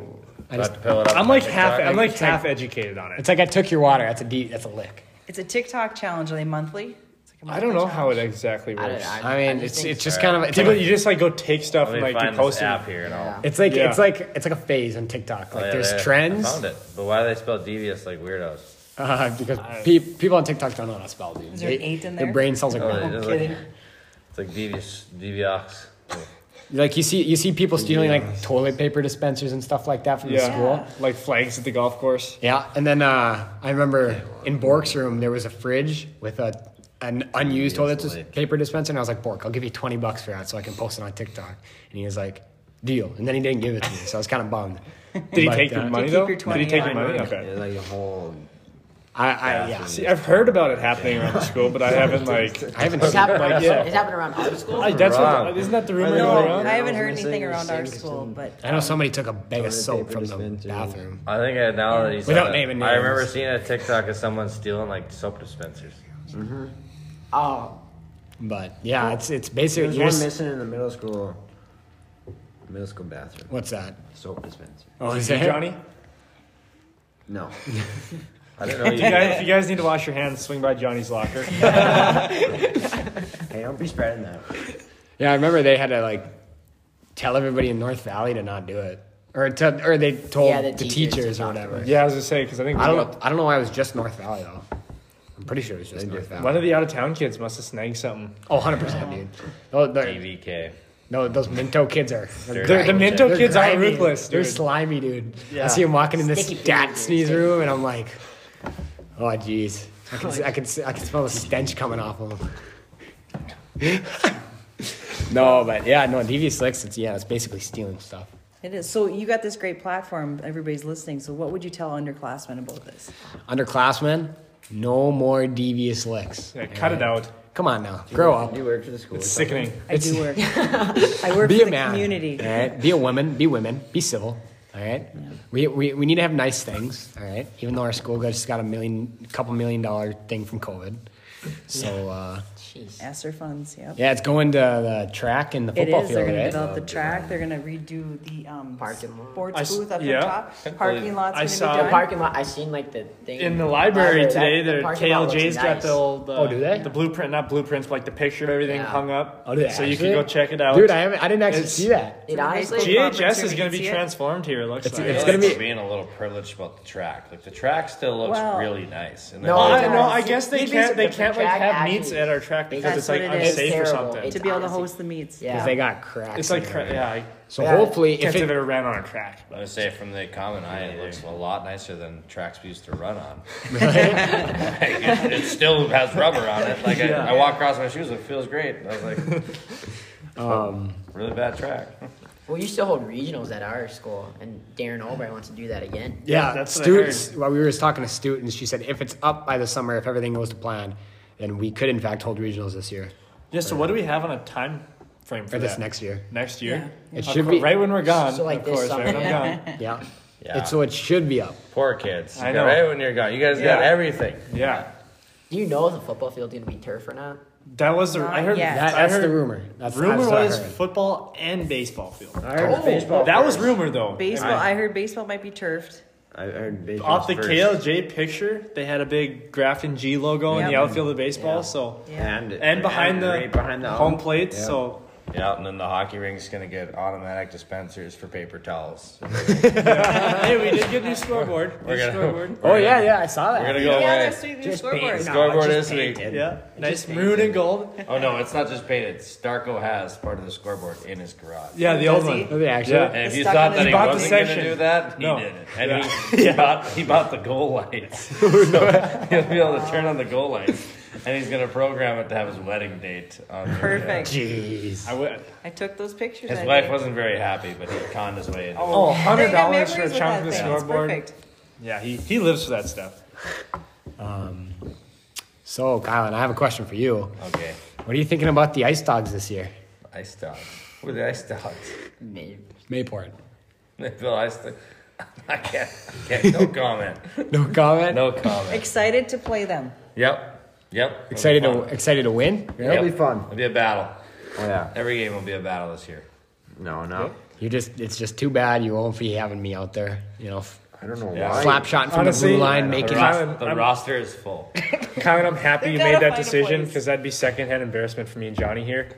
[SPEAKER 1] I
[SPEAKER 6] Do I
[SPEAKER 1] just.
[SPEAKER 6] have to fill it up
[SPEAKER 2] I'm
[SPEAKER 6] on
[SPEAKER 2] like
[SPEAKER 6] my
[SPEAKER 2] half.
[SPEAKER 6] TikTok?
[SPEAKER 2] I'm like
[SPEAKER 1] It's like-
[SPEAKER 2] half educated on it.
[SPEAKER 1] It's like I took your water. That's a deep. That's a lick.
[SPEAKER 4] it's a TikTok challenge. Are they monthly? It's like a
[SPEAKER 2] I don't
[SPEAKER 4] monthly
[SPEAKER 2] know how it
[SPEAKER 4] challenge.
[SPEAKER 2] exactly
[SPEAKER 5] I don't
[SPEAKER 2] works.
[SPEAKER 5] know.
[SPEAKER 1] I mean,
[SPEAKER 5] just
[SPEAKER 1] it's
[SPEAKER 5] think-
[SPEAKER 1] it's just
[SPEAKER 6] Alright.
[SPEAKER 1] kind of it's
[SPEAKER 2] People,
[SPEAKER 1] like,
[SPEAKER 2] you just like go take stuff
[SPEAKER 6] Let
[SPEAKER 2] and
[SPEAKER 6] me
[SPEAKER 2] like
[SPEAKER 6] find
[SPEAKER 2] you
[SPEAKER 6] this
[SPEAKER 2] post it.
[SPEAKER 6] app here and I'll.
[SPEAKER 1] it's like
[SPEAKER 2] Yeah.
[SPEAKER 1] it's like it's like a phase on TikTok. Like
[SPEAKER 6] Oh, yeah,
[SPEAKER 1] there's
[SPEAKER 6] there- I
[SPEAKER 1] trends
[SPEAKER 6] found it. But why do they spell devious like weirdos?
[SPEAKER 1] uh, because pe- people on TikTok don't know how to spell. Dude.
[SPEAKER 4] Is there an eight in there?
[SPEAKER 1] Their brain cells are
[SPEAKER 6] Oh,
[SPEAKER 1] gone.
[SPEAKER 6] it is
[SPEAKER 4] kidding.
[SPEAKER 6] Like, it's like devious, deviox.
[SPEAKER 1] Like you see you see people stealing like toilet paper dispensers and stuff like that from the
[SPEAKER 2] Yeah.
[SPEAKER 1] school.
[SPEAKER 2] Like flags at the golf course.
[SPEAKER 1] Yeah, and then uh, I remember in Bork's room there was a fridge with a an unused toilet dis-
[SPEAKER 6] like-
[SPEAKER 1] paper dispenser, and I was like, Bork, I'll give you twenty bucks for that, so I can post it on TikTok. And he was like, Deal. And then he didn't give it to me, so I was kind of bummed.
[SPEAKER 2] Did he
[SPEAKER 1] But,
[SPEAKER 2] take
[SPEAKER 1] uh,
[SPEAKER 2] your money
[SPEAKER 4] Did you
[SPEAKER 2] though?
[SPEAKER 4] keep your
[SPEAKER 2] Did he
[SPEAKER 4] 20
[SPEAKER 2] take your
[SPEAKER 4] on
[SPEAKER 2] money? Oh, Okay.
[SPEAKER 3] It's like a whole.
[SPEAKER 1] I, I yeah.
[SPEAKER 2] See, I've heard about it happening around the school, but I haven't like.
[SPEAKER 1] I haven't
[SPEAKER 5] It's
[SPEAKER 1] seen
[SPEAKER 5] happened around,
[SPEAKER 2] yeah.
[SPEAKER 5] it's happened around our school.
[SPEAKER 2] I, that's
[SPEAKER 6] Wrong.
[SPEAKER 2] what, isn't that the rumor
[SPEAKER 3] No,
[SPEAKER 2] going
[SPEAKER 4] I
[SPEAKER 2] around?
[SPEAKER 4] haven't
[SPEAKER 3] I was
[SPEAKER 4] heard
[SPEAKER 3] gonna say
[SPEAKER 4] anything
[SPEAKER 3] you're
[SPEAKER 4] around our
[SPEAKER 3] saying
[SPEAKER 4] school,
[SPEAKER 3] something.
[SPEAKER 4] but
[SPEAKER 1] I know somebody took a bag of
[SPEAKER 3] Toilet
[SPEAKER 1] soap
[SPEAKER 3] paper
[SPEAKER 1] from the
[SPEAKER 3] dispenser.
[SPEAKER 1] bathroom.
[SPEAKER 6] I think I, now that you said
[SPEAKER 1] Without
[SPEAKER 6] that,
[SPEAKER 1] naming
[SPEAKER 6] I remember
[SPEAKER 1] names.
[SPEAKER 6] seeing a TikTok of someone stealing like soap dispensers.
[SPEAKER 5] Oh,
[SPEAKER 1] But yeah, it's it's basically
[SPEAKER 3] There's
[SPEAKER 1] you're
[SPEAKER 3] one
[SPEAKER 1] just,
[SPEAKER 3] missing in the middle school. Middle school bathroom.
[SPEAKER 1] what's that?
[SPEAKER 3] Soap dispenser.
[SPEAKER 1] Oh, is
[SPEAKER 2] Hey,
[SPEAKER 1] it
[SPEAKER 2] Johnny, if
[SPEAKER 3] No.
[SPEAKER 6] I didn't know you
[SPEAKER 2] you, guys,
[SPEAKER 6] did
[SPEAKER 2] if you guys need to wash your hands, swing by Johnny's locker.
[SPEAKER 3] hey, don't be spreading that.
[SPEAKER 1] Yeah, I remember they had to like tell everybody in North Valley to not do it, or to, or they told
[SPEAKER 5] Yeah,
[SPEAKER 1] the,
[SPEAKER 5] the
[SPEAKER 1] teachers,
[SPEAKER 5] teachers
[SPEAKER 1] or
[SPEAKER 5] to not do
[SPEAKER 1] whatever.
[SPEAKER 2] Yeah, I was gonna say because I think
[SPEAKER 1] I don't know. I don't know why it was just North Valley though. I'm pretty sure it was just North Valley.
[SPEAKER 2] One of the out of town kids must have snagged something.
[SPEAKER 1] oh, 100 percent, dude. No, they're-
[SPEAKER 6] DVK.
[SPEAKER 1] no, those Minto kids are.
[SPEAKER 6] They're
[SPEAKER 1] grimy.
[SPEAKER 2] The Minto
[SPEAKER 1] They're
[SPEAKER 2] kids are
[SPEAKER 1] grimy.
[SPEAKER 2] ruthless,
[SPEAKER 1] They're
[SPEAKER 2] dude.
[SPEAKER 1] slimy, dude. I
[SPEAKER 2] Yeah.
[SPEAKER 1] see them walking in this
[SPEAKER 5] Sticky
[SPEAKER 1] stat
[SPEAKER 5] fingers.
[SPEAKER 1] sneeze room, and I'm like, oh jeez. I can, I can, I can smell the stench coming off of them. no, but yeah, no, devious licks. It's yeah, it's basically stealing stuff.
[SPEAKER 4] it is. So you got this great platform. Everybody's listening. So what would you tell underclassmen about this?
[SPEAKER 1] Underclassmen, no more devious licks.
[SPEAKER 2] Yeah, cut it out.
[SPEAKER 1] Come on now, grow up.
[SPEAKER 3] You work for the school.
[SPEAKER 2] It's sickening.
[SPEAKER 4] I do work. I work
[SPEAKER 1] Be
[SPEAKER 4] for
[SPEAKER 1] a
[SPEAKER 4] the
[SPEAKER 1] man.
[SPEAKER 4] community.
[SPEAKER 1] All right. Be a woman. Be women. Be civil. All right. We, we, we need to have nice things. All right. Even though our school just got a million, couple million dollar thing from COVID. So, uh,
[SPEAKER 5] Jeez.
[SPEAKER 4] Aster funds, yep.
[SPEAKER 1] yeah, it's going to the track and the
[SPEAKER 4] It
[SPEAKER 1] football
[SPEAKER 4] is. They're
[SPEAKER 1] field,
[SPEAKER 4] going to
[SPEAKER 1] right?
[SPEAKER 4] develop the track. They're going to redo the um,
[SPEAKER 5] Parking lot.
[SPEAKER 2] I
[SPEAKER 4] sports
[SPEAKER 2] s-
[SPEAKER 4] booth up on
[SPEAKER 2] yeah.
[SPEAKER 4] top. Parking lot's
[SPEAKER 2] I
[SPEAKER 4] going to be
[SPEAKER 2] saw-
[SPEAKER 5] The
[SPEAKER 4] done.
[SPEAKER 5] parking lot. I seen like the thing
[SPEAKER 2] Um, In the library today,
[SPEAKER 5] that- the
[SPEAKER 2] their
[SPEAKER 5] parking lot looks
[SPEAKER 2] KLJ's got
[SPEAKER 5] nice.
[SPEAKER 2] the old. Uh,
[SPEAKER 1] Oh, do they?
[SPEAKER 2] The blueprint, not blueprints, but like the picture of everything
[SPEAKER 5] Yeah.
[SPEAKER 2] hung up.
[SPEAKER 1] Oh, dude,
[SPEAKER 2] So you
[SPEAKER 1] actually?
[SPEAKER 2] can go check it out.
[SPEAKER 1] Dude, I, haven't, I didn't actually
[SPEAKER 2] It's-
[SPEAKER 1] see that.
[SPEAKER 5] It honestly.
[SPEAKER 4] G-
[SPEAKER 2] GHS is
[SPEAKER 4] You
[SPEAKER 2] going to
[SPEAKER 4] can
[SPEAKER 2] be
[SPEAKER 4] see it?
[SPEAKER 2] transformed here. It looks
[SPEAKER 1] It's-
[SPEAKER 2] like.
[SPEAKER 6] It's
[SPEAKER 1] it's
[SPEAKER 6] gonna
[SPEAKER 1] gonna
[SPEAKER 6] be
[SPEAKER 1] be-
[SPEAKER 6] being a little privileged about the track. Like the track still looks
[SPEAKER 4] Well-
[SPEAKER 6] really nice. And
[SPEAKER 5] No,
[SPEAKER 6] the-
[SPEAKER 2] I,
[SPEAKER 5] Yeah.
[SPEAKER 2] no, I guess they
[SPEAKER 5] Maybe
[SPEAKER 2] can't.
[SPEAKER 5] it's
[SPEAKER 2] They
[SPEAKER 5] the
[SPEAKER 2] can't like
[SPEAKER 5] track
[SPEAKER 2] have
[SPEAKER 5] actually-
[SPEAKER 2] meets at our track because
[SPEAKER 5] That's
[SPEAKER 2] it's like
[SPEAKER 4] what it is.
[SPEAKER 2] unsafe or
[SPEAKER 5] It's terrible.
[SPEAKER 2] something.
[SPEAKER 5] It's-
[SPEAKER 4] to be able to
[SPEAKER 5] honestly-
[SPEAKER 4] host the meets.
[SPEAKER 5] Yeah.
[SPEAKER 1] Because they got cracks.
[SPEAKER 2] It's like
[SPEAKER 1] in
[SPEAKER 2] cra-
[SPEAKER 1] there.
[SPEAKER 2] yeah. I
[SPEAKER 1] So
[SPEAKER 5] Yeah.
[SPEAKER 1] hopefully,
[SPEAKER 2] Can't
[SPEAKER 1] if
[SPEAKER 2] say I've
[SPEAKER 1] it,
[SPEAKER 2] ever ran on a track.
[SPEAKER 6] I'm gonna say from the common eye, it looks a lot nicer than tracks we used to run on. Like, it, it still has rubber on it. Like I, I walk across my shoes, it feels great. I was like,
[SPEAKER 1] um,
[SPEAKER 6] really bad track.
[SPEAKER 5] Well, you still hold regionals at our school, and Darren Albright wants to do that again.
[SPEAKER 1] yeah,
[SPEAKER 2] that's what I
[SPEAKER 1] students. While we were just talking to students, she said if it's up by the summer, if everything goes to plan, then we could in fact hold regionals this year
[SPEAKER 2] Yeah. So what do we have on a time frame for
[SPEAKER 1] or this
[SPEAKER 2] that?
[SPEAKER 1] next year.
[SPEAKER 2] Next year.
[SPEAKER 1] It
[SPEAKER 2] Of
[SPEAKER 1] should
[SPEAKER 2] cour-
[SPEAKER 1] be
[SPEAKER 2] right when we're gone.
[SPEAKER 5] So, like,
[SPEAKER 2] of
[SPEAKER 5] this
[SPEAKER 2] course, right when
[SPEAKER 5] summer.
[SPEAKER 2] I'm gone.
[SPEAKER 1] Yeah.
[SPEAKER 6] Yeah.
[SPEAKER 1] It, so it should be up.
[SPEAKER 6] Poor kids.
[SPEAKER 2] I
[SPEAKER 6] I
[SPEAKER 2] know.
[SPEAKER 6] know. Right when you're gone, you guys got
[SPEAKER 2] Yeah.
[SPEAKER 6] everything.
[SPEAKER 2] Yeah.
[SPEAKER 5] Do you know if the football field going to be turf or not?
[SPEAKER 2] That was the.
[SPEAKER 4] Not
[SPEAKER 2] I heard.
[SPEAKER 4] yet.
[SPEAKER 2] I
[SPEAKER 1] That, that's
[SPEAKER 2] heard,
[SPEAKER 1] the rumor. That's,
[SPEAKER 2] Rumor
[SPEAKER 1] that's what I
[SPEAKER 2] was
[SPEAKER 1] heard.
[SPEAKER 2] football and baseball field.
[SPEAKER 3] I heard baseball.
[SPEAKER 2] That was
[SPEAKER 3] first.
[SPEAKER 2] rumor though.
[SPEAKER 4] Baseball. I heard baseball might be turfed.
[SPEAKER 3] I heard baseball.
[SPEAKER 2] Off the
[SPEAKER 3] first.
[SPEAKER 2] KLJ picture, they had a big Grafton G logo in the
[SPEAKER 4] Yep.
[SPEAKER 2] outfield of baseball.
[SPEAKER 5] Yeah.
[SPEAKER 2] So
[SPEAKER 4] Yeah.
[SPEAKER 3] And,
[SPEAKER 2] and behind the
[SPEAKER 3] right behind the
[SPEAKER 2] home
[SPEAKER 3] ump.
[SPEAKER 2] plate.
[SPEAKER 3] Yeah.
[SPEAKER 2] So
[SPEAKER 6] Yeah, and then the hockey rink's gonna get automatic dispensers for paper towels.
[SPEAKER 2] hey, we did get a new scoreboard. New
[SPEAKER 6] We're gonna-
[SPEAKER 2] scoreboard.
[SPEAKER 1] Oh yeah, yeah, I saw that.
[SPEAKER 6] We're gonna go
[SPEAKER 4] yeah,
[SPEAKER 6] away.
[SPEAKER 4] that's the new scoreboard.
[SPEAKER 6] Scoreboard
[SPEAKER 3] just
[SPEAKER 6] is week.
[SPEAKER 3] painted.
[SPEAKER 2] Yeah, nice maroon and gold.
[SPEAKER 6] Oh no, it's not just painted. Starco has part of the scoreboard in his garage.
[SPEAKER 2] Yeah, the
[SPEAKER 4] Does
[SPEAKER 2] old
[SPEAKER 4] he?
[SPEAKER 2] one.
[SPEAKER 1] Are they actually?
[SPEAKER 2] Yeah.
[SPEAKER 6] And if
[SPEAKER 4] It's
[SPEAKER 6] you
[SPEAKER 4] stuck
[SPEAKER 6] thought
[SPEAKER 4] in
[SPEAKER 6] that
[SPEAKER 4] the-
[SPEAKER 6] he
[SPEAKER 2] Bought the
[SPEAKER 6] wasn't going to
[SPEAKER 2] section.
[SPEAKER 6] do that, he
[SPEAKER 2] No.
[SPEAKER 6] did it. And he, he, bought, he bought the goal lights. so he'll be able to turn on the goal lights. And he's going to program it to have his wedding date on there.
[SPEAKER 4] Perfect.
[SPEAKER 1] Jeez.
[SPEAKER 2] I would.
[SPEAKER 4] I took those pictures.
[SPEAKER 6] His
[SPEAKER 4] that
[SPEAKER 6] wife
[SPEAKER 4] day.
[SPEAKER 6] wasn't very happy, but he conned his way into it.
[SPEAKER 2] Oh, hundred
[SPEAKER 4] They got
[SPEAKER 2] dollars for a
[SPEAKER 4] memories with
[SPEAKER 2] chunk of the
[SPEAKER 4] that thing. It's
[SPEAKER 2] scoreboard.
[SPEAKER 4] perfect.
[SPEAKER 2] Yeah, he he lives for that stuff.
[SPEAKER 1] So, Kylan, I have a question for you.
[SPEAKER 6] Okay.
[SPEAKER 1] What are you thinking about the Ice Dogs this year?
[SPEAKER 6] Ice dogs. Who are the ice dogs?
[SPEAKER 5] Maybe.
[SPEAKER 1] Mayport.
[SPEAKER 6] They feel ice dogs. I can't. I can't. No comment.
[SPEAKER 1] No comment.
[SPEAKER 6] No comment.
[SPEAKER 4] Excited to play them.
[SPEAKER 6] Yep. Yep.
[SPEAKER 1] Excited to
[SPEAKER 6] It'll be fun.
[SPEAKER 1] excited to win.
[SPEAKER 3] It'll
[SPEAKER 6] Yep.
[SPEAKER 3] be fun.
[SPEAKER 6] It'll be a battle.
[SPEAKER 3] Oh, yeah.
[SPEAKER 6] Every game will be a battle this year.
[SPEAKER 3] No, no.
[SPEAKER 1] You just it's just too bad you won't be having me out there. You know, f-
[SPEAKER 3] I don't know
[SPEAKER 6] Yeah.
[SPEAKER 3] why.
[SPEAKER 1] slap shot from
[SPEAKER 2] Honestly,
[SPEAKER 1] the blue line,
[SPEAKER 6] The,
[SPEAKER 1] making.
[SPEAKER 2] Right.
[SPEAKER 6] ros- the
[SPEAKER 2] I'm-
[SPEAKER 6] roster is full.
[SPEAKER 2] Colin, I'm happy
[SPEAKER 4] They
[SPEAKER 2] you
[SPEAKER 4] gotta
[SPEAKER 2] made that
[SPEAKER 4] find a
[SPEAKER 2] decision
[SPEAKER 4] place.
[SPEAKER 2] because that'd be secondhand embarrassment for me and Johnny here,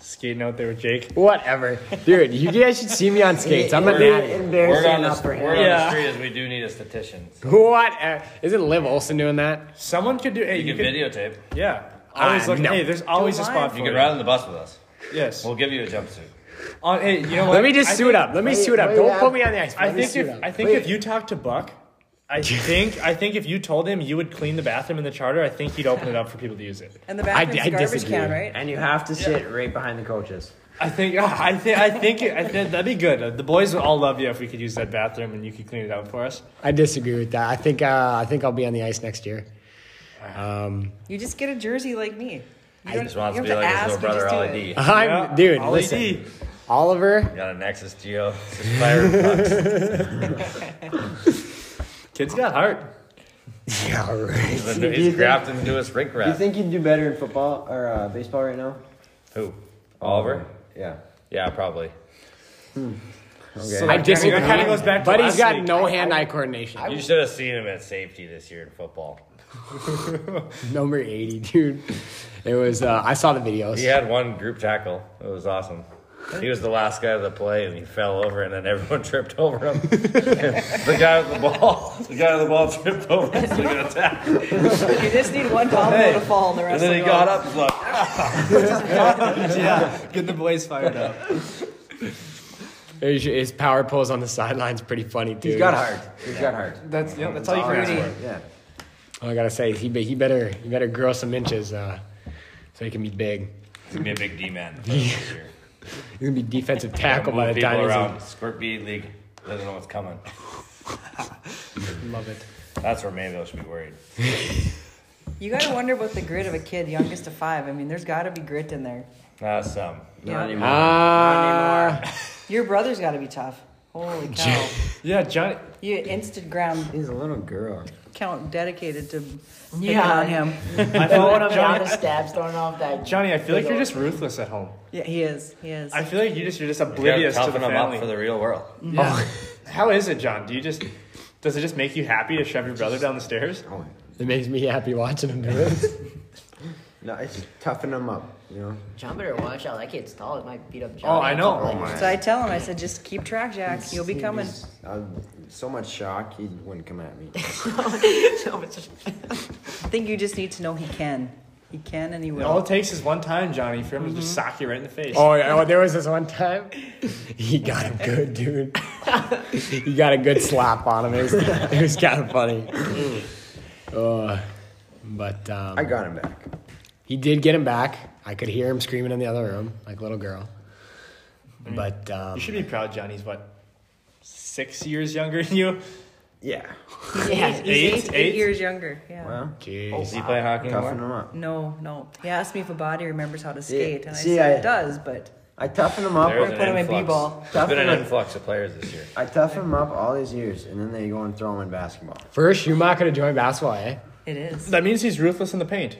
[SPEAKER 2] skating out there with Jake.
[SPEAKER 1] Whatever, dude. You guys should see me on skates. I'm a natty.
[SPEAKER 6] Word
[SPEAKER 5] Embarrassing
[SPEAKER 6] on, the,
[SPEAKER 5] enough for him.
[SPEAKER 6] word on
[SPEAKER 2] Yeah.
[SPEAKER 6] the street is we do need a statistician. So
[SPEAKER 1] What? uh, Isn't Liv Olson doing that?
[SPEAKER 2] Someone could do. Hey, you,
[SPEAKER 6] you, can
[SPEAKER 2] could. Oh,
[SPEAKER 6] videotape.
[SPEAKER 2] Yeah, always
[SPEAKER 1] Ah,
[SPEAKER 2] look.
[SPEAKER 1] no.
[SPEAKER 2] Hey, there's always a
[SPEAKER 4] Don't
[SPEAKER 2] spot
[SPEAKER 4] lie.
[SPEAKER 2] for
[SPEAKER 6] You
[SPEAKER 2] you.
[SPEAKER 6] can ride on the bus with us.
[SPEAKER 2] Yes.
[SPEAKER 6] We'll give you a jumpsuit.
[SPEAKER 2] On, hey, you know what?
[SPEAKER 1] Let me just
[SPEAKER 2] I
[SPEAKER 1] suit
[SPEAKER 2] think-
[SPEAKER 1] up. Let me
[SPEAKER 3] wait,
[SPEAKER 1] suit up.
[SPEAKER 3] wait,
[SPEAKER 1] Don't
[SPEAKER 3] I-
[SPEAKER 1] put me on the ice.
[SPEAKER 2] I
[SPEAKER 1] Let me
[SPEAKER 2] think
[SPEAKER 1] suit
[SPEAKER 2] if
[SPEAKER 1] up.
[SPEAKER 2] I think if you talk to Buck, I think I think if you told him you would clean the bathroom in the charter, I think he'd open it up for people to use it.
[SPEAKER 4] And the bathroom's
[SPEAKER 1] I
[SPEAKER 4] garbage
[SPEAKER 1] disagree.
[SPEAKER 4] can, right?
[SPEAKER 3] And you have to sit right behind the coaches.
[SPEAKER 2] I think I think I think it, I think that'd be good. The boys would all love you if we could use that bathroom and you could clean it out for us.
[SPEAKER 1] I disagree with that. I think uh, I think I'll be on the ice next year.
[SPEAKER 4] You just get a jersey like me. You
[SPEAKER 6] He
[SPEAKER 4] don't-
[SPEAKER 6] just wants
[SPEAKER 4] you
[SPEAKER 6] to be
[SPEAKER 4] don't
[SPEAKER 6] like his
[SPEAKER 4] have
[SPEAKER 6] little
[SPEAKER 4] to ask, you
[SPEAKER 6] brother
[SPEAKER 4] just do
[SPEAKER 6] Ollie D.
[SPEAKER 1] I'm
[SPEAKER 2] Yeah,
[SPEAKER 1] dude.
[SPEAKER 2] Ollie
[SPEAKER 1] listen,
[SPEAKER 2] D.
[SPEAKER 1] Oliver.
[SPEAKER 6] Got a Nexus Geo. It's just fire bucks.
[SPEAKER 2] Kids got heart.
[SPEAKER 1] Yeah, right.
[SPEAKER 6] He's,
[SPEAKER 3] Do you
[SPEAKER 6] he's
[SPEAKER 3] think-
[SPEAKER 6] grabbed into his rink
[SPEAKER 3] Do you
[SPEAKER 6] rat.
[SPEAKER 3] think you'd do better in football or uh, baseball right now?
[SPEAKER 6] Who? Oliver?
[SPEAKER 3] Yeah.
[SPEAKER 6] Yeah, probably.
[SPEAKER 3] Okay.
[SPEAKER 1] I disagree.
[SPEAKER 2] That kind of goes back to
[SPEAKER 1] but he's
[SPEAKER 2] last
[SPEAKER 1] got
[SPEAKER 2] week.
[SPEAKER 1] no hand-eye coordination.
[SPEAKER 6] You should have seen him at safety this year in football.
[SPEAKER 1] Number eighty, dude. It was. Uh, I saw the videos.
[SPEAKER 6] He had one group tackle. It was awesome. He was the last guy to play, and he fell over, and then everyone tripped over him. the guy with the ball, the guy with the ball tripped over him. So he got attacked.
[SPEAKER 4] it. You just need one domino to fall, and the
[SPEAKER 6] And
[SPEAKER 4] rest.
[SPEAKER 6] then
[SPEAKER 4] will
[SPEAKER 6] he
[SPEAKER 4] go.
[SPEAKER 6] got up. He's like,
[SPEAKER 2] Yeah, get the boys fired up.
[SPEAKER 1] His, his power pose on the sidelines pretty funny too.
[SPEAKER 3] He's got heart. He's got heart.
[SPEAKER 2] That's yeah, that's all you can ask for.
[SPEAKER 3] Yeah.
[SPEAKER 1] All I gotta say, is he be- he better he better grow some inches, uh, so he can be big.
[SPEAKER 6] He's gonna be a big D man this year.
[SPEAKER 1] He's gonna be defensive tackle
[SPEAKER 6] Move
[SPEAKER 1] by the
[SPEAKER 6] people
[SPEAKER 1] time he's in-
[SPEAKER 6] around. Squirt bead league doesn't know what's coming.
[SPEAKER 1] Love it.
[SPEAKER 6] That's where Mayville should be worried.
[SPEAKER 4] You gotta wonder about the grit of a kid, youngest of five. I mean, there's gotta be grit in there.
[SPEAKER 6] That's um, some.
[SPEAKER 4] Yeah.
[SPEAKER 3] Not anymore.
[SPEAKER 1] Ah.
[SPEAKER 4] Your brother's gotta be tough. Holy cow!
[SPEAKER 2] Yeah, Johnny.
[SPEAKER 4] you Instagram
[SPEAKER 3] He's a little girl.
[SPEAKER 4] account dedicated to picking
[SPEAKER 5] Yeah.
[SPEAKER 4] on him.
[SPEAKER 2] I feel
[SPEAKER 5] Throwing him
[SPEAKER 2] like
[SPEAKER 5] down the
[SPEAKER 2] Johnny,
[SPEAKER 5] steps, throwing off that.
[SPEAKER 2] Johnny, I feel like you're just ruthless at home.
[SPEAKER 4] Yeah, he is. He is.
[SPEAKER 2] I feel like you just you're just
[SPEAKER 6] You gotta
[SPEAKER 2] oblivious to the
[SPEAKER 6] toughen them up
[SPEAKER 2] family.
[SPEAKER 6] for the real world.
[SPEAKER 2] Yeah. How is it, John? Do you just does it just make you happy to shove your brother down the stairs?
[SPEAKER 3] Oh,
[SPEAKER 1] It makes me happy watching him do this.
[SPEAKER 3] No, it's toughen him up, you know.
[SPEAKER 5] John better watch out. That kid's tall. It might beat up Johnny.
[SPEAKER 2] Oh, I know.
[SPEAKER 5] Like,
[SPEAKER 4] so I tell him, I said, just keep track, Jack. You'll be coming.
[SPEAKER 3] I'm uh, so much shock he wouldn't come at me.
[SPEAKER 5] so much-
[SPEAKER 4] I think you just need to know he can. He can and he
[SPEAKER 2] All
[SPEAKER 4] will.
[SPEAKER 2] it takes is one time, Johnny, for him to just sock you right in the face.
[SPEAKER 1] Oh, yeah, oh, there was this one time. He got him good, dude. he got a good slap on him. It was, it was kind of funny. Uh, but um,
[SPEAKER 3] I got him back.
[SPEAKER 1] he did get him back. I could hear him screaming in the other room, like little girl. But um,
[SPEAKER 2] You should be proud, Johnny's what six years younger than you.
[SPEAKER 3] Yeah.
[SPEAKER 5] yeah.
[SPEAKER 4] He's eight, eight,
[SPEAKER 2] Eight, eight?
[SPEAKER 4] years younger. Yeah.
[SPEAKER 3] Well,
[SPEAKER 1] jeez.
[SPEAKER 6] Is he playing hockey
[SPEAKER 3] toughen
[SPEAKER 6] anymore?
[SPEAKER 3] him up.
[SPEAKER 4] No, no. He asked me if a body remembers how to skate, and I
[SPEAKER 3] see,
[SPEAKER 4] said
[SPEAKER 3] I-
[SPEAKER 4] it does, but
[SPEAKER 3] I toughen him up.
[SPEAKER 6] There's
[SPEAKER 4] Put him in
[SPEAKER 6] influx.
[SPEAKER 4] b-ball.
[SPEAKER 6] There's been an influx of players this year.
[SPEAKER 3] I toughen him up all these years, and then they go and throw him in basketball.
[SPEAKER 1] First Schumacher to join basketball, eh?
[SPEAKER 4] it is.
[SPEAKER 2] That means he's ruthless in the paint.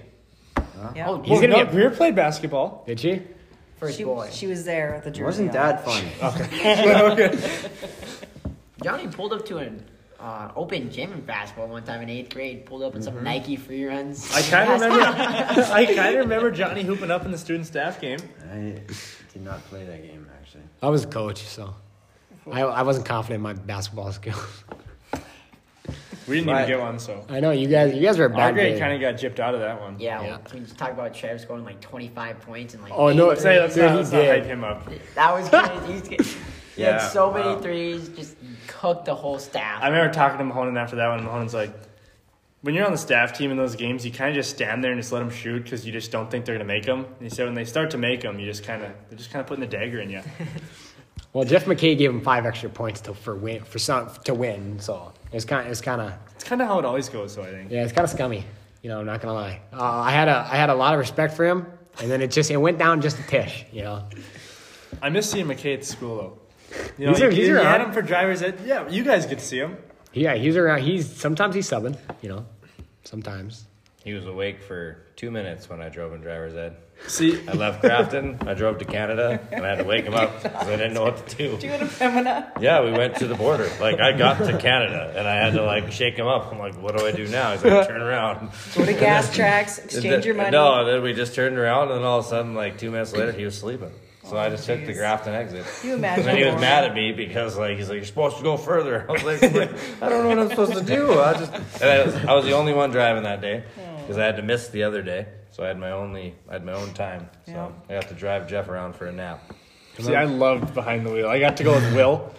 [SPEAKER 4] Yeah.
[SPEAKER 5] Oh,
[SPEAKER 1] He's gonna
[SPEAKER 2] no,
[SPEAKER 1] be
[SPEAKER 2] Greer played basketball.
[SPEAKER 1] Did she?
[SPEAKER 5] first
[SPEAKER 4] she,
[SPEAKER 5] boy.
[SPEAKER 4] she was there at the
[SPEAKER 3] It
[SPEAKER 4] jersey.
[SPEAKER 3] wasn't
[SPEAKER 4] on.
[SPEAKER 3] that funny.
[SPEAKER 5] Johnny pulled up to an uh, open gym in basketball one time in eighth grade. Pulled up in some Nike free runs.
[SPEAKER 2] Mm-hmm. I kind of remember. I kind of remember Johnny hooping up in the student staff game.
[SPEAKER 3] I did not play that game actually.
[SPEAKER 1] I was a coach, so I, I wasn't confident in my basketball skills.
[SPEAKER 2] We didn't
[SPEAKER 3] Right.
[SPEAKER 2] even get one, so
[SPEAKER 1] I know you guys. You guys were a
[SPEAKER 2] our
[SPEAKER 1] bad
[SPEAKER 2] grade
[SPEAKER 1] grade.
[SPEAKER 2] kind of got gypped out of that one.
[SPEAKER 5] Yeah,
[SPEAKER 1] Yeah.
[SPEAKER 5] Well, we just talk about Travis scoring like 25 points and like.
[SPEAKER 1] Oh
[SPEAKER 5] eight
[SPEAKER 1] no!
[SPEAKER 2] Say, let's,
[SPEAKER 1] dude,
[SPEAKER 2] not,
[SPEAKER 1] he
[SPEAKER 2] let's not
[SPEAKER 1] did.
[SPEAKER 2] hype him up.
[SPEAKER 5] That was crazy. He's good. He had
[SPEAKER 2] Yeah,
[SPEAKER 5] so many
[SPEAKER 2] wow.
[SPEAKER 5] threes, just cooked the whole staff.
[SPEAKER 2] I remember talking to Mahonen after that one. and Mahonen's like, when you're on the staff team in those games, you kind of just stand there and just let them shoot because you just don't think they're gonna make them. And he said when they start to make them, you just kind of they're just kind of putting the dagger in you.
[SPEAKER 1] Well, Jeff McKay gave him five extra points to for win for some to win. So it's kind it's kind of
[SPEAKER 2] It's kind of how it always goes, though. I think.
[SPEAKER 1] yeah, it's kind of scummy. You know, I'm not gonna lie. Uh, I had a I had a lot of respect for him, and then it just it went down just a tish. You know,
[SPEAKER 2] I miss seeing McKay at school though. You
[SPEAKER 1] He's
[SPEAKER 2] know,
[SPEAKER 1] a-
[SPEAKER 2] he-
[SPEAKER 1] he's
[SPEAKER 2] you had
[SPEAKER 1] around.
[SPEAKER 2] him for drivers. That, yeah, you guys get to see him.
[SPEAKER 1] yeah, he's around. He's sometimes he's subbing. You know, sometimes.
[SPEAKER 6] He was awake for two minutes when I drove in driver's ed.
[SPEAKER 2] See,
[SPEAKER 6] I left Grafton, I drove to Canada, and I had to wake him up because I didn't know what to do.
[SPEAKER 4] Do you want to Pemina?
[SPEAKER 6] Yeah, we went to the border. Like I got to Canada, and I had to like shake him up. I'm like, what do I do now? He's like, turn around.
[SPEAKER 4] Go to gas tracks, exchange your money.
[SPEAKER 6] No, and then we just turned around, and then all of a sudden, like two minutes later, he was sleeping. So I just took the Grafton exit.
[SPEAKER 4] Can you
[SPEAKER 6] And
[SPEAKER 4] imagine?
[SPEAKER 6] then he was
[SPEAKER 4] Lauren?
[SPEAKER 6] mad at me because like he's like you're supposed to go further. I was like, I don't know what I'm supposed to do. I just and I was, I was the only one driving that day
[SPEAKER 4] Hmm.
[SPEAKER 6] because I had to miss the other day, so I had my only I had my own time. So
[SPEAKER 4] Yeah.
[SPEAKER 6] I have to drive Jeff around for a nap.
[SPEAKER 2] See, I loved behind the wheel. I got to go with Will,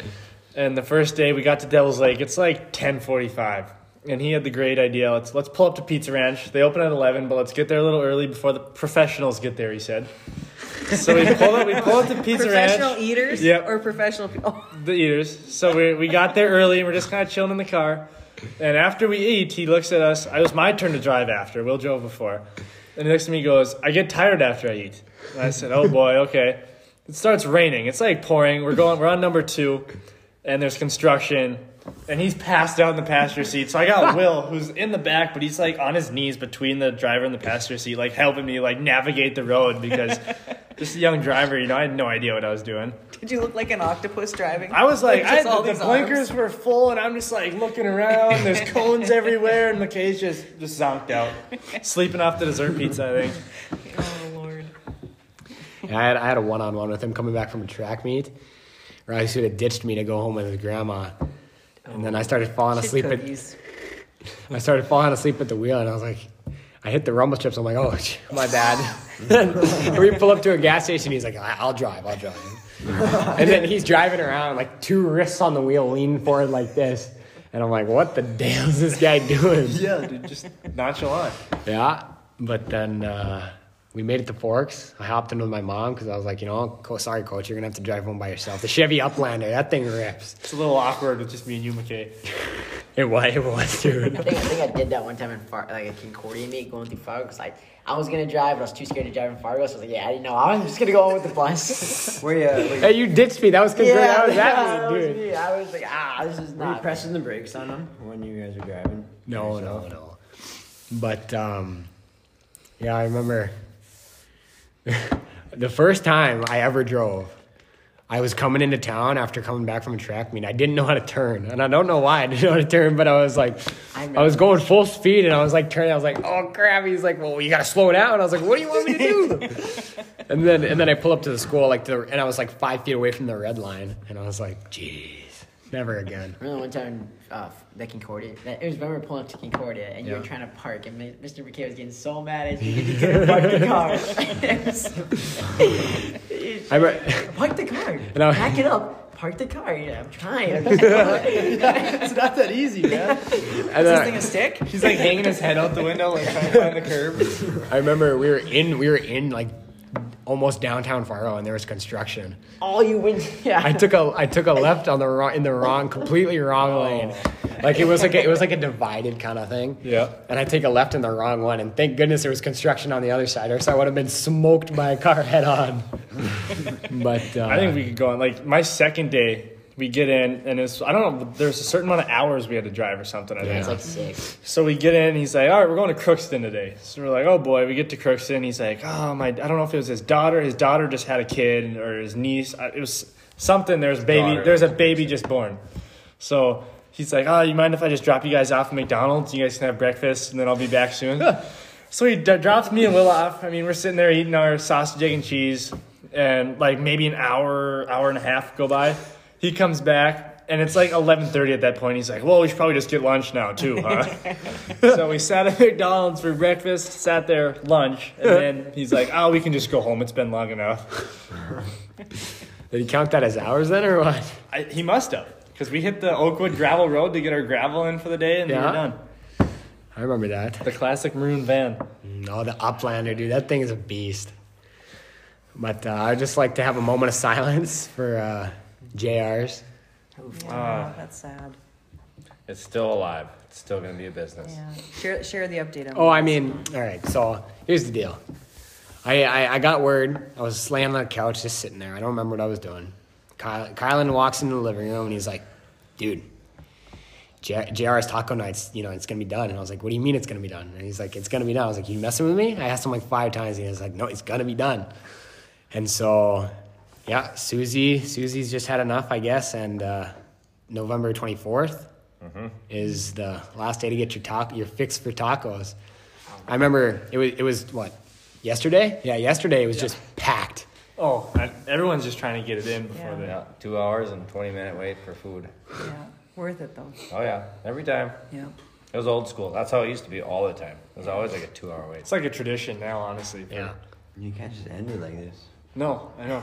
[SPEAKER 2] and the first day we got to Devil's Lake. It's like ten forty-five, and he had the great idea. Let's let's pull up to Pizza Ranch. They open at eleven, but let's get there a little early before the professionals get there. He said. So we pulled up. We pulled up to Pizza
[SPEAKER 4] Professional
[SPEAKER 2] Ranch.
[SPEAKER 4] eaters
[SPEAKER 2] Yep.
[SPEAKER 4] or professional people?
[SPEAKER 2] The eaters. So we we got there early, and we're just kind of chilling in the car. And after we eat, he looks at us. It was my turn to drive after. Will drove before. And he looks at me and goes, I get tired after I eat. And I said, Oh boy, okay. It starts raining. It's like pouring. We're going we're on number two and there's construction. And he's passed out in the passenger seat. So I got Will, who's in the back, but he's like on his knees between the driver and the passenger seat, like helping me like navigate the road because just a young driver, you know, I had no idea what I was doing.
[SPEAKER 4] Did you look like an octopus driving?
[SPEAKER 2] I was like, I,
[SPEAKER 4] just all
[SPEAKER 2] the,
[SPEAKER 4] these
[SPEAKER 2] the
[SPEAKER 4] arms.
[SPEAKER 2] blinkers were full, and I'm just like looking around. There's cones everywhere, and McKay's just just zonked out, sleeping off the dessert pizza. I think.
[SPEAKER 4] Oh lord.
[SPEAKER 1] I had I had a one on one with him coming back from a track meet. Riley should have ditched me to go home with his grandma, and then I started falling
[SPEAKER 4] Shit
[SPEAKER 1] asleep. At,
[SPEAKER 4] cookies.
[SPEAKER 1] I started falling asleep at the wheel, and I was like, I hit the rumble strips. I'm like, oh, my bad. and we pull up to a gas station. He's like, I- I'll drive, I'll drive. and then he's driving around, like two wrists on the wheel, leaning forward like this. And I'm like, what the damn is this guy doing?
[SPEAKER 2] Yeah, dude, just nonchalant.
[SPEAKER 1] Yeah, but then uh, we made it to Forks. I hopped in with my mom because I was like, you know, co- sorry, coach, you're gonna have to drive home by yourself. The Chevy Uplander, that thing rips.
[SPEAKER 2] It's a little awkward with just me and you, McKay.
[SPEAKER 1] It was, it was, dude.
[SPEAKER 5] I think, I think I did that one time in Far, like a Concordia meet going through Fargo. Cause like I was gonna drive, but I was too scared to drive in Fargo. So I was like, yeah, I didn't know. I'm just gonna go on with the bus.
[SPEAKER 3] Where you? At? Like,
[SPEAKER 1] Hey, you ditched me. That was good. that was that,
[SPEAKER 5] that
[SPEAKER 1] dude.
[SPEAKER 5] was me. I was like, ah, this is
[SPEAKER 3] were you
[SPEAKER 5] not.
[SPEAKER 3] pressing the brakes on them when you guys are driving?
[SPEAKER 1] No, no, no. But um, yeah, I remember the first time I ever drove. I was coming into town after coming back from a track meet. I didn't know how to turn, and I don't know why I didn't know how to turn, but I was like, I,
[SPEAKER 5] I remember.
[SPEAKER 1] was going full speed, and I was like turning. I was like, "Oh crap!" He's like, "Well, you gotta slow down." I was like, "What do you want me to do?" and then, and then I pull up to the school, like, to the, and I was like five feet away from the red line, and I was like, "Jeez, never again."
[SPEAKER 5] I remember one time uh, that Concordia, that, it was when we were pulling up to Concordia and you
[SPEAKER 1] Yeah.
[SPEAKER 5] were trying to park and Mi- Mr. McKay was getting so mad at you because you couldn't park the car.
[SPEAKER 1] I re-
[SPEAKER 5] park the car.
[SPEAKER 1] And I-
[SPEAKER 5] Back it up. Park the car. Yeah, I'm trying. I'm trying.
[SPEAKER 7] It's not that easy, man.
[SPEAKER 1] and then I-
[SPEAKER 7] a stick?
[SPEAKER 2] Uh.
[SPEAKER 7] He's like hanging his head out the window, like trying to find the curb.
[SPEAKER 1] I remember we were in we were in like almost downtown Fargo and there was construction.
[SPEAKER 5] All you win. Yeah.
[SPEAKER 1] I took a I took a left on the wrong in the wrong completely wrong
[SPEAKER 2] Oh.
[SPEAKER 1] lane. Like it was like a, it was like a divided kind of thing.
[SPEAKER 2] Yeah.
[SPEAKER 1] And I take a left in the wrong one and thank goodness there was construction on the other side or else I would have been smoked by a car head on. but uh,
[SPEAKER 2] I think we could go on. Like my second day, we get in, and it's I don't know. There's a certain amount of hours we had to drive or something. I think.
[SPEAKER 5] It's like six.
[SPEAKER 2] So we get in, he's like, all right, we're going to Crookston today. So we're like, oh boy, we get to Crookston. He's like, oh my, I don't know if it was his daughter. His daughter just had a kid or his niece. I- It was something. There's baby.
[SPEAKER 6] daughter.
[SPEAKER 2] There's a baby just born. So he's like, oh, you mind if I just drop you guys off at McDonald's? You guys can have breakfast and then I'll be back soon. so he d- drops me and Will off. I mean, we're sitting there eating our sausage, egg, and cheese. And like maybe an hour, hour and a half go by. He comes back and it's like 11.30 at that point. He's like, well, we should probably just get lunch now too, huh? so we sat at McDonald's for breakfast, sat there lunch, and then he's like, "Oh, we can just go home. It's been long enough."
[SPEAKER 1] did he count that as hours then or what?
[SPEAKER 2] I, he must have, because we hit the Oakwood gravel road to get our gravel in for the day, and we
[SPEAKER 1] Yeah.
[SPEAKER 2] were done.
[SPEAKER 1] I remember that.
[SPEAKER 2] The classic maroon van.
[SPEAKER 1] No, the Uplander, dude, that thing is a beast. But uh, I'd just like to have a moment of silence for uh, JRs.
[SPEAKER 4] Yeah, that's sad.
[SPEAKER 6] It's still alive. It's still gonna be a business.
[SPEAKER 4] Yeah. Share, share the update. on
[SPEAKER 1] Oh,
[SPEAKER 4] that.
[SPEAKER 1] I mean, all right. So here's the deal. I, I, I got word. I was laying on the couch, just sitting there. I don't remember what I was doing. Kyle, Kylan walks into the living room and he's like, "Dude, J- JR's taco nights. You know, it's gonna be done." And I was like, "What do you mean it's gonna be done?" And he's like, "It's gonna be done." I was like, "You messing with me?" I asked him like five times, and he was like, "No, it's gonna be done." And so, yeah, Susie, Susie's just had enough, I guess. And uh, November twenty Mm-hmm. is the last day to get your taco, your fix for tacos. I remember it was it was what yesterday? Yeah, yesterday it was just packed.
[SPEAKER 2] Oh, I, everyone's just trying to get it in before
[SPEAKER 4] Yeah.
[SPEAKER 2] they.
[SPEAKER 6] Yeah, two hours and twenty minute wait for food.
[SPEAKER 2] Oh.
[SPEAKER 4] Yeah. Worth it though.
[SPEAKER 6] Oh yeah, every time.
[SPEAKER 4] Yeah.
[SPEAKER 6] It was old school. That's how it used to be all the time. It was always like a two hour wait.
[SPEAKER 2] It's like a tradition now, honestly.
[SPEAKER 1] Yeah,
[SPEAKER 3] You can't just end it like this.
[SPEAKER 2] No, I know.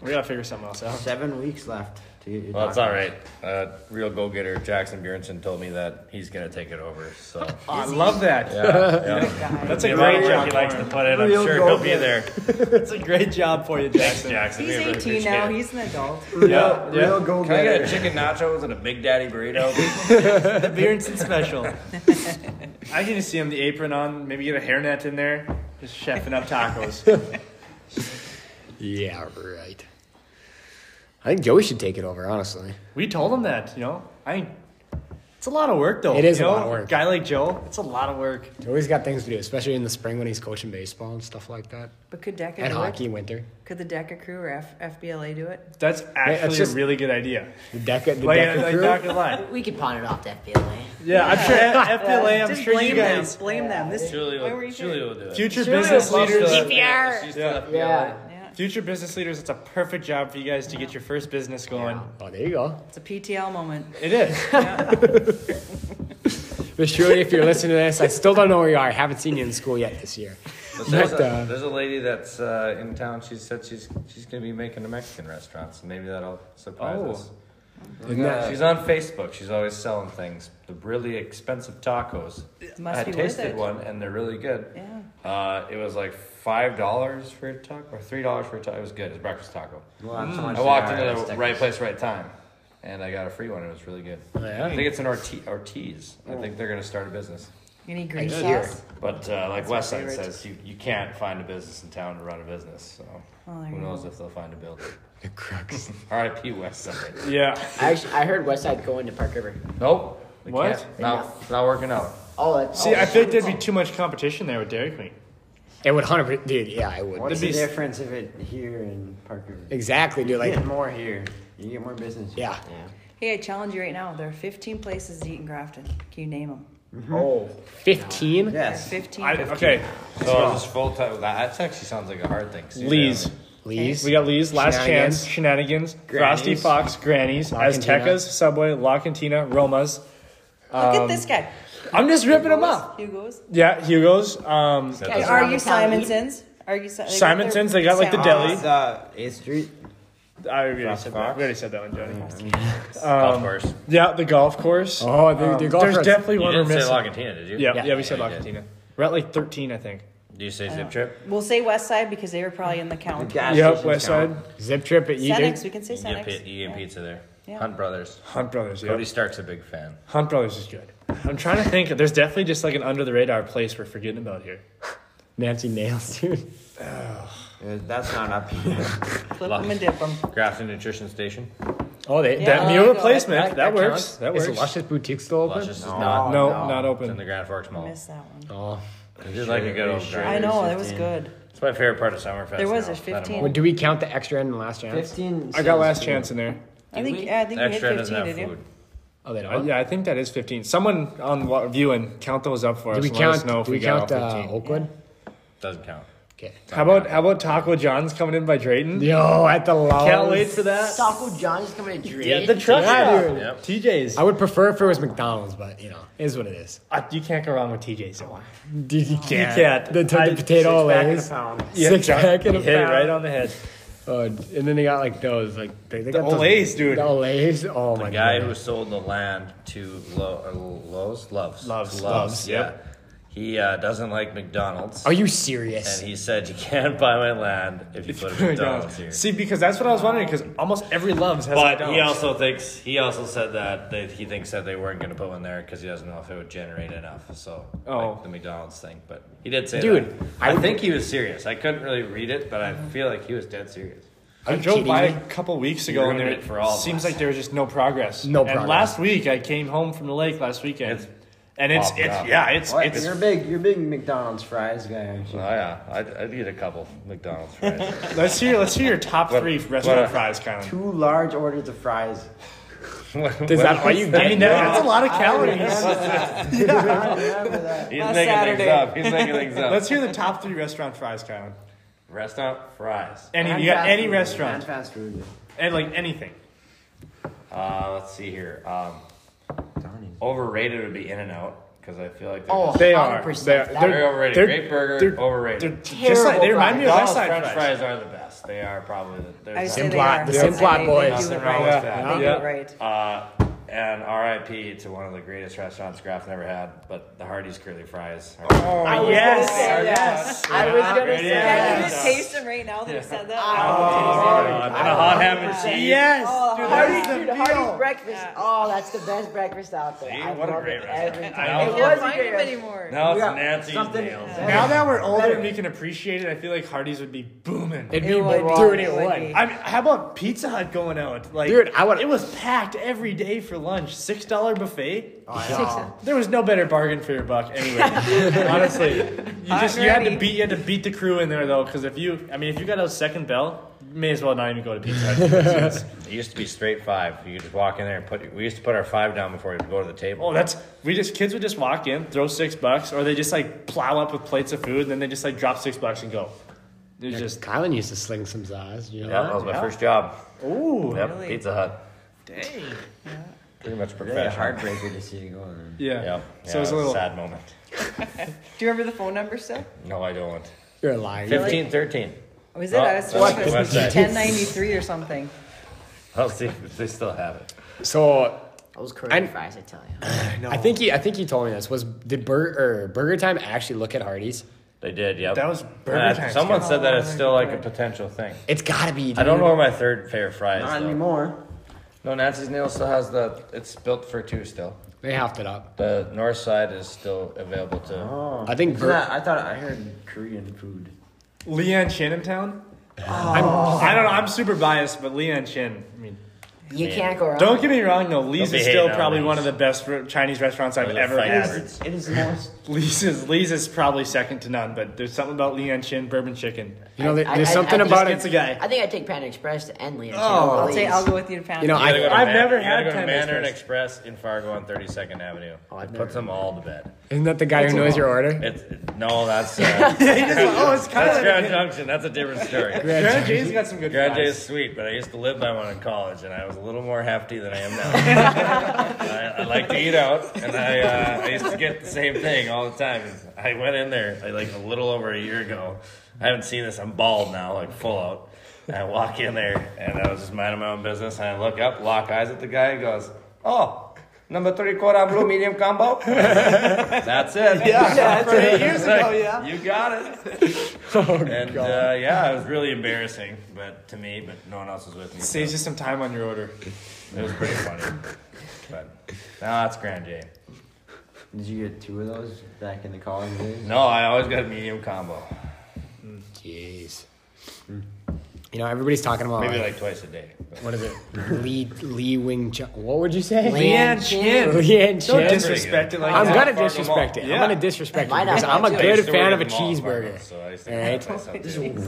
[SPEAKER 2] We gotta figure something else out.
[SPEAKER 3] Seven weeks left to get your.
[SPEAKER 6] Well, it's
[SPEAKER 3] tacos.
[SPEAKER 6] all right. Uh, real go getter Jackson Bjornson told me that he's gonna take it over. So
[SPEAKER 2] Oh, I love that.
[SPEAKER 6] yeah, yeah.
[SPEAKER 2] That's
[SPEAKER 6] The
[SPEAKER 2] a great
[SPEAKER 6] amount of work
[SPEAKER 2] job.
[SPEAKER 6] he likes to put in. I'm
[SPEAKER 3] Real
[SPEAKER 6] sure he'll be there.
[SPEAKER 2] That's a great job for you, Jackson.
[SPEAKER 6] Jackson,
[SPEAKER 4] He's
[SPEAKER 6] we really
[SPEAKER 4] 18
[SPEAKER 6] appreciate
[SPEAKER 4] now.
[SPEAKER 6] it.
[SPEAKER 4] He's an adult.
[SPEAKER 2] Yeah, yeah.
[SPEAKER 3] Real go
[SPEAKER 6] Can I get
[SPEAKER 3] getter.
[SPEAKER 6] a chicken nachos and a big daddy burrito?
[SPEAKER 2] The Berenson special. I can just see him the apron on, maybe get a hairnet in there, just chefing up tacos.
[SPEAKER 1] yeah, right. I think Joey should take it over, honestly.
[SPEAKER 2] We told him that, you know. I it's a lot of work though.
[SPEAKER 1] It is
[SPEAKER 2] you
[SPEAKER 1] a
[SPEAKER 2] know?
[SPEAKER 1] lot of work.
[SPEAKER 2] Guy like Joe, it's a lot of work.
[SPEAKER 1] Joey's got things to do, especially in the spring when he's coaching baseball and stuff like that,
[SPEAKER 4] But could DECA
[SPEAKER 1] and
[SPEAKER 4] do
[SPEAKER 1] hockey
[SPEAKER 4] it?
[SPEAKER 1] winter.
[SPEAKER 4] Could the DECA crew or F- FBLA do it?
[SPEAKER 2] That's actually
[SPEAKER 1] just-
[SPEAKER 2] a really good idea.
[SPEAKER 1] The Deca, the
[SPEAKER 2] Like,
[SPEAKER 1] Deca
[SPEAKER 2] like
[SPEAKER 1] crew.
[SPEAKER 2] not gonna lie.
[SPEAKER 5] We could pawn it off to FBLA.
[SPEAKER 2] Yeah, I'm sure F- FPLA, I'm
[SPEAKER 4] Just
[SPEAKER 2] sure
[SPEAKER 4] blame
[SPEAKER 2] you guys
[SPEAKER 4] them. Blame them. This
[SPEAKER 6] Julia,
[SPEAKER 4] why were
[SPEAKER 6] will-
[SPEAKER 4] you
[SPEAKER 6] Julia will do it.
[SPEAKER 2] future business leaders
[SPEAKER 6] CPR.
[SPEAKER 5] Yeah.
[SPEAKER 4] Yeah.
[SPEAKER 2] future business leaders, it's a perfect job for you guys to get your first business going.
[SPEAKER 1] Oh, there you go.
[SPEAKER 4] It's a PTL moment.
[SPEAKER 2] It is.
[SPEAKER 1] But surely, if you're listening to this, I still don't know where you are. I haven't seen you in school yet this year.
[SPEAKER 6] There's,
[SPEAKER 1] But, uh,
[SPEAKER 6] a, there's a lady that's uh, in town. She said she's she's gonna be making a Mexican restaurant, so maybe that'll surprise
[SPEAKER 2] Oh.
[SPEAKER 6] us.
[SPEAKER 1] Isn't that-
[SPEAKER 6] She's on Facebook. She's always selling things. The really expensive tacos.
[SPEAKER 4] must
[SPEAKER 6] I had
[SPEAKER 4] be worth
[SPEAKER 6] tasted
[SPEAKER 4] it.
[SPEAKER 6] one, and they're really good.
[SPEAKER 4] Yeah.
[SPEAKER 6] Uh, it was like five dollars for a taco, or three dollars for a taco. It was good. It was breakfast taco.
[SPEAKER 3] Well, that's how much
[SPEAKER 6] Mm. I
[SPEAKER 3] they
[SPEAKER 6] walked
[SPEAKER 3] are
[SPEAKER 6] into
[SPEAKER 3] at
[SPEAKER 6] the
[SPEAKER 3] Steckers.
[SPEAKER 6] right place, right time. and I got a free one. and It was really good.
[SPEAKER 2] Oh,
[SPEAKER 1] Yeah.
[SPEAKER 6] I think it's an Orti- Ortiz. I think they're gonna start a business.
[SPEAKER 4] You need green
[SPEAKER 1] hear.
[SPEAKER 4] sauce.
[SPEAKER 6] But uh, like Westside
[SPEAKER 4] favorite.
[SPEAKER 6] says, you, you can't find a business in town to run a business. So
[SPEAKER 4] Oh, there
[SPEAKER 6] who
[SPEAKER 4] you
[SPEAKER 6] knows
[SPEAKER 4] go.
[SPEAKER 6] if they'll find a building?
[SPEAKER 1] The crux.
[SPEAKER 6] R.I.P. Westside.
[SPEAKER 2] Yeah.
[SPEAKER 1] Oh,
[SPEAKER 5] I actually, I heard Westside going to Park River.
[SPEAKER 6] Nope. They
[SPEAKER 2] What?
[SPEAKER 6] Can't. Not, not working out.
[SPEAKER 5] Oh, that's
[SPEAKER 2] See,
[SPEAKER 5] oh,
[SPEAKER 2] I think there'd be too much competition there with Dairy Queen.
[SPEAKER 1] It would hundred percent, dude. Yeah, I would.
[SPEAKER 3] What's
[SPEAKER 2] It'd
[SPEAKER 3] the
[SPEAKER 2] be s-
[SPEAKER 3] difference if it here in Parker?
[SPEAKER 1] Exactly, dude.
[SPEAKER 3] You
[SPEAKER 1] Like,
[SPEAKER 3] get more here. You get more business.
[SPEAKER 1] yeah.
[SPEAKER 4] Hey, I challenge you right now. There are 15 places to eat in Grafton. Can you name them?
[SPEAKER 2] Oh.
[SPEAKER 1] Fifteen.
[SPEAKER 3] Yes.
[SPEAKER 4] 15.
[SPEAKER 2] I, okay.
[SPEAKER 6] So it's full time. That actually sounds like a hard thing. 'cause you
[SPEAKER 2] Lee's.
[SPEAKER 6] know,
[SPEAKER 1] Lee's.
[SPEAKER 2] We got Lee's, Last
[SPEAKER 1] Shenanigans.
[SPEAKER 2] Chance, Shenanigans, Frosty
[SPEAKER 3] Grannies.
[SPEAKER 2] Fox, Grannies,
[SPEAKER 1] Cantina.
[SPEAKER 2] Aztecas, Subway, La Cantina, Roma's.
[SPEAKER 4] Look
[SPEAKER 2] um,
[SPEAKER 4] at this guy.
[SPEAKER 2] I'm just ripping them up.
[SPEAKER 4] Hugo's.
[SPEAKER 2] Yeah, Hugo's. Um,
[SPEAKER 6] that
[SPEAKER 4] Okay,
[SPEAKER 6] doesn't-
[SPEAKER 4] are you
[SPEAKER 5] That's around the town.
[SPEAKER 4] Simonson's? Are you Si- they got their
[SPEAKER 2] Simonson's, they got, like, the
[SPEAKER 4] sandwich.
[SPEAKER 2] deli.
[SPEAKER 3] It's, uh, 8th Street.
[SPEAKER 2] I already
[SPEAKER 6] Frosty
[SPEAKER 2] said that. Mm-hmm.
[SPEAKER 6] Fox.
[SPEAKER 2] We already said that one, Johnny. Um,
[SPEAKER 6] golf course.
[SPEAKER 2] Yeah, the golf course.
[SPEAKER 1] Oh, the, the
[SPEAKER 2] Um,
[SPEAKER 1] golf
[SPEAKER 2] there's
[SPEAKER 1] course.
[SPEAKER 2] definitely
[SPEAKER 6] You
[SPEAKER 2] one we're
[SPEAKER 6] didn't say
[SPEAKER 2] missing.
[SPEAKER 6] Locatina, did you?
[SPEAKER 2] yeah,
[SPEAKER 1] Yeah.
[SPEAKER 2] yeah, we said La Cantina. We're at like 13, I think.
[SPEAKER 6] Do you say
[SPEAKER 4] Oh.
[SPEAKER 6] Zip Trip?
[SPEAKER 4] We'll say West Side because they were probably in the count.
[SPEAKER 3] Gas
[SPEAKER 2] Yep,
[SPEAKER 3] station
[SPEAKER 2] West Side.
[SPEAKER 3] town.
[SPEAKER 1] Zip trip at you,
[SPEAKER 4] Senex,
[SPEAKER 1] dude.
[SPEAKER 4] we can say
[SPEAKER 6] You get,
[SPEAKER 4] Senex.
[SPEAKER 6] pi- you get pizza there.
[SPEAKER 4] Yeah.
[SPEAKER 6] Hunt Brothers.
[SPEAKER 2] Hunt Brothers,
[SPEAKER 6] Cody
[SPEAKER 2] yeah.
[SPEAKER 6] Stark's a big fan.
[SPEAKER 2] Hunt Brothers is good. I'm trying to think. There's definitely just like an under the radar place we're forgetting about here.
[SPEAKER 1] Nancy nails, dude.
[SPEAKER 3] Uh, That's not up here.
[SPEAKER 4] Flip them and dip them.
[SPEAKER 6] Grafton Nutrition Station.
[SPEAKER 1] Oh, they.
[SPEAKER 2] that
[SPEAKER 4] Yeah. there
[SPEAKER 2] meal
[SPEAKER 4] you go.
[SPEAKER 2] replacement, Uh, that, works.
[SPEAKER 1] counts.
[SPEAKER 2] That works.
[SPEAKER 1] Is Luscious Boutique still open?
[SPEAKER 6] Luscious is not.
[SPEAKER 2] Oh, no,
[SPEAKER 3] no.
[SPEAKER 2] not
[SPEAKER 6] It's in
[SPEAKER 2] open.
[SPEAKER 6] the Grand Forks Mall.
[SPEAKER 4] Missed that one.
[SPEAKER 1] Oh.
[SPEAKER 6] It's just like a good old
[SPEAKER 3] Sure.
[SPEAKER 6] grind.
[SPEAKER 4] I know, that was
[SPEAKER 3] 15.
[SPEAKER 4] good.
[SPEAKER 6] It's my favorite part of Summerfest.
[SPEAKER 4] There was
[SPEAKER 6] now.
[SPEAKER 4] a
[SPEAKER 6] It's not
[SPEAKER 4] 15.
[SPEAKER 6] mall.
[SPEAKER 1] Well, do we count the extra end and last chance?
[SPEAKER 3] 15.
[SPEAKER 2] I got last
[SPEAKER 3] says-
[SPEAKER 2] chance in there.
[SPEAKER 4] I think,
[SPEAKER 5] we?
[SPEAKER 4] yeah, I think you
[SPEAKER 6] Extra
[SPEAKER 4] hit
[SPEAKER 6] doesn't
[SPEAKER 4] 15,
[SPEAKER 6] have
[SPEAKER 4] did you?
[SPEAKER 6] food.
[SPEAKER 1] Oh, they don't.
[SPEAKER 2] Uh, yeah, I think that is 15. Someone on wa- viewing, count those up for
[SPEAKER 1] Do
[SPEAKER 2] us.
[SPEAKER 1] we
[SPEAKER 2] and let us
[SPEAKER 1] count?
[SPEAKER 2] know if
[SPEAKER 1] do we,
[SPEAKER 2] we, got
[SPEAKER 1] count
[SPEAKER 2] all
[SPEAKER 1] uh,
[SPEAKER 2] 15.
[SPEAKER 1] Oakwood?
[SPEAKER 6] Doesn't count.
[SPEAKER 1] Okay.
[SPEAKER 2] how about how about Taco John's coming in by Drayton?
[SPEAKER 1] Yo, at the Lowe's.
[SPEAKER 2] Can't wait for that.
[SPEAKER 5] Taco John's coming to drink.
[SPEAKER 2] Yeah, the truck
[SPEAKER 1] Yeah,
[SPEAKER 2] stop.
[SPEAKER 1] dude.
[SPEAKER 6] Yep.
[SPEAKER 2] TJ's.
[SPEAKER 1] I would prefer if it was McDonald's, but you know, it is what it is.
[SPEAKER 2] Uh, you can't go wrong with TJ's. though.
[SPEAKER 1] Dude, you can't.
[SPEAKER 2] can't.
[SPEAKER 1] The, the
[SPEAKER 2] I-
[SPEAKER 1] potato
[SPEAKER 3] Back in a
[SPEAKER 1] lays.
[SPEAKER 3] pound.
[SPEAKER 1] Six
[SPEAKER 2] John-
[SPEAKER 1] pack and a
[SPEAKER 2] you hit it
[SPEAKER 1] pound.
[SPEAKER 2] right on the head.
[SPEAKER 1] Oh, and then they got like those, like they, they
[SPEAKER 2] The
[SPEAKER 1] got those-
[SPEAKER 2] Olays, dude.
[SPEAKER 1] The Olays. Oh
[SPEAKER 6] The
[SPEAKER 1] my
[SPEAKER 6] guy
[SPEAKER 1] god.
[SPEAKER 6] who sold the land to Lo- uh, Lowe's? Loves.
[SPEAKER 2] Loves, Loves,
[SPEAKER 6] Yeah.
[SPEAKER 2] yep.
[SPEAKER 6] He uh, doesn't like McDonald's.
[SPEAKER 1] Are you serious?
[SPEAKER 6] and he said, You can't buy my land if you put a McDonald's here.
[SPEAKER 2] See, because that's what I was wondering. Because almost every Loves has
[SPEAKER 6] But
[SPEAKER 2] McDonald's.
[SPEAKER 6] he also thinks he also said that that he thinks that they weren't going to put one there because he doesn't know if it would generate enough. So
[SPEAKER 2] Oh.
[SPEAKER 6] like the McDonald's thing, but he did say,
[SPEAKER 1] Dude,
[SPEAKER 6] that.
[SPEAKER 1] I
[SPEAKER 6] I,
[SPEAKER 1] would-
[SPEAKER 6] think he was serious. I couldn't really read it, but I feel like he was dead serious.
[SPEAKER 2] I
[SPEAKER 1] you
[SPEAKER 2] drove
[SPEAKER 1] kidding
[SPEAKER 2] by
[SPEAKER 1] me?
[SPEAKER 2] a couple weeks
[SPEAKER 6] You
[SPEAKER 2] ago, and
[SPEAKER 6] ruined
[SPEAKER 2] there
[SPEAKER 6] it for all of
[SPEAKER 2] seems
[SPEAKER 6] us.
[SPEAKER 2] like there was just no progress.
[SPEAKER 1] No
[SPEAKER 2] And
[SPEAKER 1] progress.
[SPEAKER 2] last week, I came home from the lake last weekend,
[SPEAKER 6] It's
[SPEAKER 2] and it's
[SPEAKER 6] popped
[SPEAKER 2] it's
[SPEAKER 6] up.
[SPEAKER 2] yeah, it's
[SPEAKER 3] What?
[SPEAKER 2] it's
[SPEAKER 3] You're big. You're big McDonald's fries guy, aren't
[SPEAKER 6] Oh
[SPEAKER 3] you?
[SPEAKER 6] yeah, I'd, I'd eat a couple McDonald's fries.
[SPEAKER 2] Let's hear. Let's hear your top
[SPEAKER 6] What-
[SPEAKER 2] three
[SPEAKER 6] what
[SPEAKER 2] restaurant
[SPEAKER 6] a-
[SPEAKER 2] fries, Colin.
[SPEAKER 3] Two large orders of fries.
[SPEAKER 1] Is that all you
[SPEAKER 2] I mean,
[SPEAKER 1] get?
[SPEAKER 2] that, that's a lot of calories.
[SPEAKER 3] I remember that.
[SPEAKER 6] He's
[SPEAKER 4] Last
[SPEAKER 6] making
[SPEAKER 4] Saturday.
[SPEAKER 6] things up. He's making things up.
[SPEAKER 2] Let's hear the top three restaurant fries, Colin.
[SPEAKER 6] Restaurant fries.
[SPEAKER 2] Any
[SPEAKER 3] And
[SPEAKER 2] you got
[SPEAKER 3] fast
[SPEAKER 2] any
[SPEAKER 3] food, And
[SPEAKER 2] restaurant
[SPEAKER 3] fast food.
[SPEAKER 2] and like anything.
[SPEAKER 6] Uh, let's see here. Um, overrated would be In and Out because I feel like they're
[SPEAKER 5] Oh,
[SPEAKER 6] just
[SPEAKER 2] They are.
[SPEAKER 5] 100%.
[SPEAKER 2] They are.
[SPEAKER 5] That-
[SPEAKER 6] very overrated.
[SPEAKER 2] they're-
[SPEAKER 6] Great burger,
[SPEAKER 2] they're-
[SPEAKER 6] overrated.
[SPEAKER 2] They're just like, they remind me of West
[SPEAKER 6] McDonald's
[SPEAKER 2] Side
[SPEAKER 6] French
[SPEAKER 2] fries.
[SPEAKER 6] fries are the best. They are probably the.
[SPEAKER 4] I
[SPEAKER 6] There's
[SPEAKER 4] say they
[SPEAKER 1] Simplot-
[SPEAKER 4] are.
[SPEAKER 1] the
[SPEAKER 4] They- they-
[SPEAKER 1] Simplot
[SPEAKER 4] they
[SPEAKER 1] boys.
[SPEAKER 4] do it
[SPEAKER 6] nothing
[SPEAKER 4] right.
[SPEAKER 6] wrong with that.
[SPEAKER 4] They do
[SPEAKER 2] Yeah.
[SPEAKER 4] it right.
[SPEAKER 6] Uh, and RIP to one of the greatest restaurants Grafton ever had, but the Hardee's curly fries. Are
[SPEAKER 2] Oh,
[SPEAKER 5] gonna say
[SPEAKER 2] yes, Oh, yes.
[SPEAKER 5] I was gonna say
[SPEAKER 4] Can you
[SPEAKER 5] that.
[SPEAKER 4] just taste them right now that you said that?
[SPEAKER 6] and a hot ham and cheese.
[SPEAKER 2] Yes.
[SPEAKER 4] Oh,
[SPEAKER 2] Dude,
[SPEAKER 4] Hardee's,
[SPEAKER 2] that's the
[SPEAKER 5] Dude,
[SPEAKER 2] deal.
[SPEAKER 5] Hardy's breakfast. Oh, that's the best breakfast out there.
[SPEAKER 6] See,
[SPEAKER 5] I
[SPEAKER 6] what a
[SPEAKER 5] love
[SPEAKER 6] great
[SPEAKER 5] it
[SPEAKER 6] restaurant.
[SPEAKER 5] every
[SPEAKER 6] I
[SPEAKER 5] time.
[SPEAKER 6] know.
[SPEAKER 5] It
[SPEAKER 4] You
[SPEAKER 5] was
[SPEAKER 4] can't
[SPEAKER 5] a
[SPEAKER 4] find
[SPEAKER 5] great
[SPEAKER 4] them
[SPEAKER 5] restaurant.
[SPEAKER 4] anymore.
[SPEAKER 6] Now it's
[SPEAKER 3] Yeah,
[SPEAKER 6] Nancy's
[SPEAKER 3] something-
[SPEAKER 6] nails.
[SPEAKER 2] Now that we're older and we can appreciate it, I feel like Hardee's would be booming.
[SPEAKER 1] It'd
[SPEAKER 4] It
[SPEAKER 1] be
[SPEAKER 4] would be,
[SPEAKER 1] dude,
[SPEAKER 4] it
[SPEAKER 1] it
[SPEAKER 4] would
[SPEAKER 1] would.
[SPEAKER 4] be.
[SPEAKER 2] I mean, how about Pizza Hut going out? Like,
[SPEAKER 1] Dude, I would-
[SPEAKER 2] It was packed every day for lunch. Six dollar buffet.
[SPEAKER 1] Oh,
[SPEAKER 2] There was no better bargain for your buck. Anyway, honestly, you just you had to
[SPEAKER 4] ready.
[SPEAKER 2] beat you had to beat the crew in there though, because if you, I mean, if you got out second bell, you may as well not even go to Pizza Hut.
[SPEAKER 6] It used to be straight five. You could just walk in there and put. We used to put our five down before we would go to the table.
[SPEAKER 2] oh, that's we just kids would just walk in, throw six bucks, or they just like plow up with plates of food, and then they just like drop six bucks and go. It was
[SPEAKER 1] Just
[SPEAKER 2] just
[SPEAKER 1] Kylan used to sling some zaws. You know
[SPEAKER 6] yeah, that was my first job.
[SPEAKER 2] ooh
[SPEAKER 6] Yep,
[SPEAKER 4] Really?
[SPEAKER 6] Pizza Hut. Dang. Pretty much
[SPEAKER 3] Really a
[SPEAKER 6] professional.
[SPEAKER 3] heartbreaker to see you go there.
[SPEAKER 2] yeah.
[SPEAKER 6] Yep.
[SPEAKER 2] So it was a
[SPEAKER 6] was
[SPEAKER 2] little.
[SPEAKER 6] sad moment.
[SPEAKER 4] Do you remember the phone number still?
[SPEAKER 6] No, I don't.
[SPEAKER 1] You're lying.
[SPEAKER 6] Fifteen, thirteen.
[SPEAKER 4] Was it?
[SPEAKER 6] No,
[SPEAKER 4] I was
[SPEAKER 6] that's
[SPEAKER 4] it was
[SPEAKER 6] Westside.
[SPEAKER 4] 1093 or something.
[SPEAKER 6] I'll see if they still have it.
[SPEAKER 1] So
[SPEAKER 5] Those curly
[SPEAKER 1] I'm-
[SPEAKER 5] fries, I tell you.
[SPEAKER 1] I think you, I think you told me this was did Burger or Burger Time actually look at Hardee's?
[SPEAKER 6] They did, yep.
[SPEAKER 2] That was Burger
[SPEAKER 6] Uh,
[SPEAKER 2] Time's
[SPEAKER 6] Someone
[SPEAKER 2] good.
[SPEAKER 6] said
[SPEAKER 4] Oh,
[SPEAKER 6] that it's still like a potential thing.
[SPEAKER 1] It's gotta be. Dude.
[SPEAKER 6] I don't know where my third favorite fry is.
[SPEAKER 3] Not
[SPEAKER 6] Though.
[SPEAKER 3] anymore.
[SPEAKER 6] No, Nancy's Nail still has the. It's built for two still.
[SPEAKER 1] They halved it up.
[SPEAKER 6] The north side is still available to.
[SPEAKER 3] Oh.
[SPEAKER 1] I think
[SPEAKER 3] Isn't
[SPEAKER 1] Ver-
[SPEAKER 3] that- I thought I heard Korean food.
[SPEAKER 2] Leon Chin in town.
[SPEAKER 5] Oh.
[SPEAKER 2] I don't know. I'm super biased, but Leon Chin. I mean,
[SPEAKER 5] You can't go wrong.
[SPEAKER 2] don't get me wrong though. Lee's
[SPEAKER 6] Don't be
[SPEAKER 2] is still
[SPEAKER 6] hating on
[SPEAKER 2] probably
[SPEAKER 6] Lee's.
[SPEAKER 2] one of the best re- Chinese restaurants I've
[SPEAKER 6] They're the
[SPEAKER 2] ever
[SPEAKER 6] fight
[SPEAKER 2] had.
[SPEAKER 6] average.
[SPEAKER 3] It is the most.
[SPEAKER 2] Lee's is Lee's is probably second to none, but there's something about Leon Chin bourbon chicken.
[SPEAKER 1] You know, there-
[SPEAKER 5] I-
[SPEAKER 1] there's
[SPEAKER 5] I- I
[SPEAKER 1] something
[SPEAKER 5] think
[SPEAKER 1] about
[SPEAKER 2] It's
[SPEAKER 1] it.
[SPEAKER 2] a guy.
[SPEAKER 5] I think I take Panda Express to end Leon.
[SPEAKER 3] Oh.
[SPEAKER 4] I'll say I'll go with you to Panda.
[SPEAKER 1] You know,
[SPEAKER 6] You gotta go to
[SPEAKER 1] I,
[SPEAKER 2] I've never
[SPEAKER 6] you gotta
[SPEAKER 2] had
[SPEAKER 6] go to
[SPEAKER 2] Time
[SPEAKER 6] Mandarin Express. in Fargo on 32nd Avenue.
[SPEAKER 5] Oh, I've
[SPEAKER 6] it
[SPEAKER 5] never-
[SPEAKER 6] puts them all to bed.
[SPEAKER 1] isn't that the guy who knows your order?
[SPEAKER 6] It's it, no, that's uh,
[SPEAKER 2] oh, it's kind
[SPEAKER 6] that's
[SPEAKER 2] of.
[SPEAKER 6] Grand Junction. That's a different story.
[SPEAKER 2] Grand J's got some good.
[SPEAKER 6] Grand J
[SPEAKER 2] fries.
[SPEAKER 6] is sweet, but I used to live by one in college, and I was a little more hefty than I am now. I, I like to eat out, and I, uh, I used to get the same thing all the time. I went in there I, like a little over a year ago. I haven't seen this. I'm bald now, like full out. And I walk in there, and I was just minding my own business, and I look up, lock eyes at the guy, and goes, "Oh." Number three quarter blue medium combo. That's it. Yeah, that's eight years ago. Yeah, you got it
[SPEAKER 1] Oh,
[SPEAKER 6] and uh, yeah, it was really embarrassing, but to me, but no one else was with me. so
[SPEAKER 2] Saves you some time on your order.
[SPEAKER 6] It was pretty funny. But no, it's Grand J.
[SPEAKER 3] Did you get two of those back in the college days?
[SPEAKER 6] No, I always got a medium combo,
[SPEAKER 1] Jeez. You know, everybody's talking about
[SPEAKER 6] maybe
[SPEAKER 1] like,
[SPEAKER 6] like twice a day. But
[SPEAKER 1] what is it? Lee Lee Wing Chun. What would you say?
[SPEAKER 5] Lee-
[SPEAKER 2] Leon Chin.
[SPEAKER 1] Leon Chin.
[SPEAKER 2] Don't disrespect it like
[SPEAKER 1] I'm
[SPEAKER 2] that.
[SPEAKER 1] gonna
[SPEAKER 6] Fargo
[SPEAKER 1] disrespect
[SPEAKER 6] Mall.
[SPEAKER 1] it.
[SPEAKER 2] Yeah.
[SPEAKER 1] I'm gonna disrespect it
[SPEAKER 5] Why not?
[SPEAKER 1] because I'm a
[SPEAKER 5] I
[SPEAKER 6] I
[SPEAKER 1] good
[SPEAKER 6] used to work
[SPEAKER 1] fan
[SPEAKER 6] in
[SPEAKER 1] of a
[SPEAKER 6] the mall
[SPEAKER 1] cheeseburger.
[SPEAKER 6] apartments, So I used to
[SPEAKER 1] All
[SPEAKER 6] get
[SPEAKER 1] right.
[SPEAKER 6] that myself,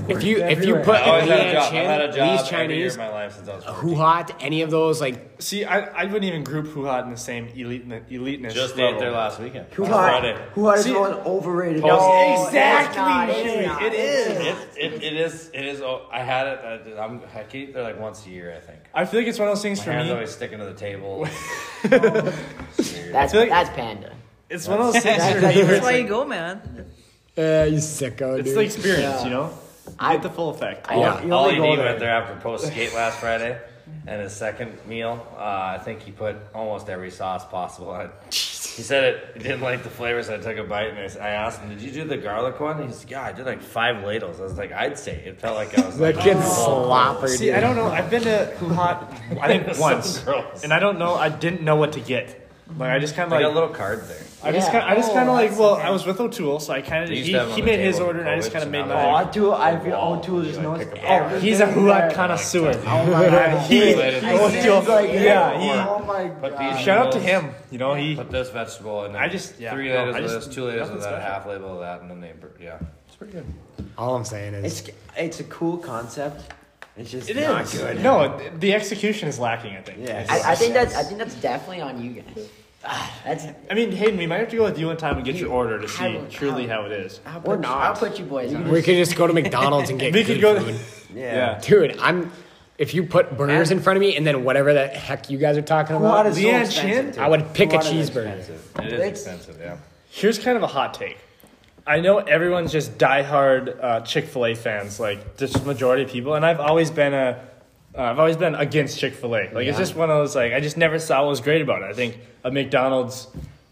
[SPEAKER 6] too.
[SPEAKER 1] If you if you put
[SPEAKER 6] I always had a
[SPEAKER 1] Leon
[SPEAKER 6] job. I had a
[SPEAKER 1] Chin,
[SPEAKER 6] job
[SPEAKER 1] Lee's
[SPEAKER 6] every year
[SPEAKER 1] Chinese,
[SPEAKER 6] of my life since I was 14.
[SPEAKER 1] Hu Hot, any of those like
[SPEAKER 2] See, I, I wouldn't even group Huhat in the same elite eliteness.
[SPEAKER 6] Just ate
[SPEAKER 2] level.
[SPEAKER 6] there last weekend.
[SPEAKER 3] Who
[SPEAKER 6] last
[SPEAKER 3] hot?
[SPEAKER 6] Friday.
[SPEAKER 3] Who hot is
[SPEAKER 2] See-
[SPEAKER 3] the one overrated?
[SPEAKER 5] No,
[SPEAKER 2] Exactly.
[SPEAKER 5] It is. Not, it is. not.
[SPEAKER 6] It, it, it is. It is. Oh, I had it. I, did- I'm, I can eat there like once a year, I think.
[SPEAKER 2] I feel like it's one of those things
[SPEAKER 6] My
[SPEAKER 2] for
[SPEAKER 6] hands
[SPEAKER 2] me.
[SPEAKER 6] always sticking to the table.
[SPEAKER 5] That's
[SPEAKER 2] feel like-
[SPEAKER 5] that's Panda.
[SPEAKER 2] It's one of those things for me. where
[SPEAKER 4] That's
[SPEAKER 2] it's
[SPEAKER 4] why
[SPEAKER 2] like-
[SPEAKER 4] you go, man.
[SPEAKER 1] Uh, you sicko,
[SPEAKER 2] It's
[SPEAKER 1] dude.
[SPEAKER 2] the experience, you know. You
[SPEAKER 5] I-
[SPEAKER 2] get the full effect.
[SPEAKER 5] I-
[SPEAKER 1] yeah.
[SPEAKER 6] All he
[SPEAKER 3] only go
[SPEAKER 6] went there after post skate last Friday, and his second meal, uh, I think he put almost every sauce possible on. it. He said it. He didn't like the flavors. I took a bite and I s- I asked him, "Did you do the garlic one?" He's like, "Yeah, I did like five ladles." I was like, "I'd say it felt like I was
[SPEAKER 1] That
[SPEAKER 6] like."
[SPEAKER 1] kid's
[SPEAKER 6] Oh.
[SPEAKER 1] slopper, dude.
[SPEAKER 2] See, I don't know. I've been to Huhat, I think
[SPEAKER 6] Some
[SPEAKER 2] once,
[SPEAKER 6] girls.
[SPEAKER 2] and I don't know. I didn't know what to get. Like I just kind of
[SPEAKER 6] I
[SPEAKER 2] like.
[SPEAKER 6] got a little card there.
[SPEAKER 2] I just
[SPEAKER 5] Yeah.
[SPEAKER 2] kind. I just
[SPEAKER 5] Oh,
[SPEAKER 2] kind of like.
[SPEAKER 5] that's
[SPEAKER 2] Well,
[SPEAKER 5] okay.
[SPEAKER 2] I was with O'Toole, so I kind of.
[SPEAKER 6] They used
[SPEAKER 2] He,
[SPEAKER 6] to have them
[SPEAKER 2] he
[SPEAKER 6] on the
[SPEAKER 2] made his
[SPEAKER 6] table
[SPEAKER 2] order, and I just
[SPEAKER 6] before,
[SPEAKER 2] kind of
[SPEAKER 6] which
[SPEAKER 2] made
[SPEAKER 6] is
[SPEAKER 2] my.
[SPEAKER 6] not
[SPEAKER 3] Oh,
[SPEAKER 2] own.
[SPEAKER 6] like-
[SPEAKER 3] I do. I feel
[SPEAKER 6] Wall.
[SPEAKER 3] O'Toole just
[SPEAKER 6] You, like,
[SPEAKER 3] knows
[SPEAKER 6] pick up
[SPEAKER 3] everything.
[SPEAKER 2] He's a Huat connoisseur. He, O'Toole, yeah. He,
[SPEAKER 3] oh my
[SPEAKER 6] Put these
[SPEAKER 3] god.
[SPEAKER 2] shout out to
[SPEAKER 6] noodles-
[SPEAKER 2] him. You know he.
[SPEAKER 6] Put this vegetable in.
[SPEAKER 2] I just- yeah,
[SPEAKER 6] three
[SPEAKER 2] no,
[SPEAKER 6] ladles
[SPEAKER 2] I
[SPEAKER 6] of
[SPEAKER 2] just-
[SPEAKER 6] this, two ladles of
[SPEAKER 2] nothing
[SPEAKER 6] that,
[SPEAKER 2] special.
[SPEAKER 6] half label of that, and then they br- yeah. It's pretty good.
[SPEAKER 1] All I'm saying is,
[SPEAKER 3] It's it's a cool concept. It's just not good.
[SPEAKER 2] No, th- the execution is lacking. I think.
[SPEAKER 3] Yeah.
[SPEAKER 5] I, I think that's I think that's definitely on you guys. Ah, That's
[SPEAKER 2] I mean, Hayden, we might have to go with you one time and get your order to
[SPEAKER 5] I
[SPEAKER 2] see
[SPEAKER 5] will-
[SPEAKER 2] truly
[SPEAKER 5] I
[SPEAKER 2] how it is.
[SPEAKER 5] I'll
[SPEAKER 3] Or
[SPEAKER 5] put,
[SPEAKER 3] not.
[SPEAKER 5] I'll put you boys on.
[SPEAKER 1] we could just go to McDonald's and get
[SPEAKER 2] We
[SPEAKER 1] good
[SPEAKER 2] could go.
[SPEAKER 1] food.
[SPEAKER 3] Yeah.
[SPEAKER 1] Dude, I'm. If you put burgers in front of me and then whatever the heck you guys are talking
[SPEAKER 3] Who hot
[SPEAKER 1] about,
[SPEAKER 3] is so
[SPEAKER 2] Leanne
[SPEAKER 3] expensive,
[SPEAKER 2] Chin?
[SPEAKER 3] dude?
[SPEAKER 1] I would pick a
[SPEAKER 3] Who hot is
[SPEAKER 1] cheeseburger.
[SPEAKER 3] expensive?
[SPEAKER 6] It is
[SPEAKER 5] It's-
[SPEAKER 6] expensive, yeah.
[SPEAKER 2] Here's kind of a hot take. I know everyone's just diehard uh, Chick Fil A fans, like just majority of people, and I've always been a, uh, I've always been against Chick Fil A. Like it's just one of those like I just never saw what was great about it. I think a McDonald's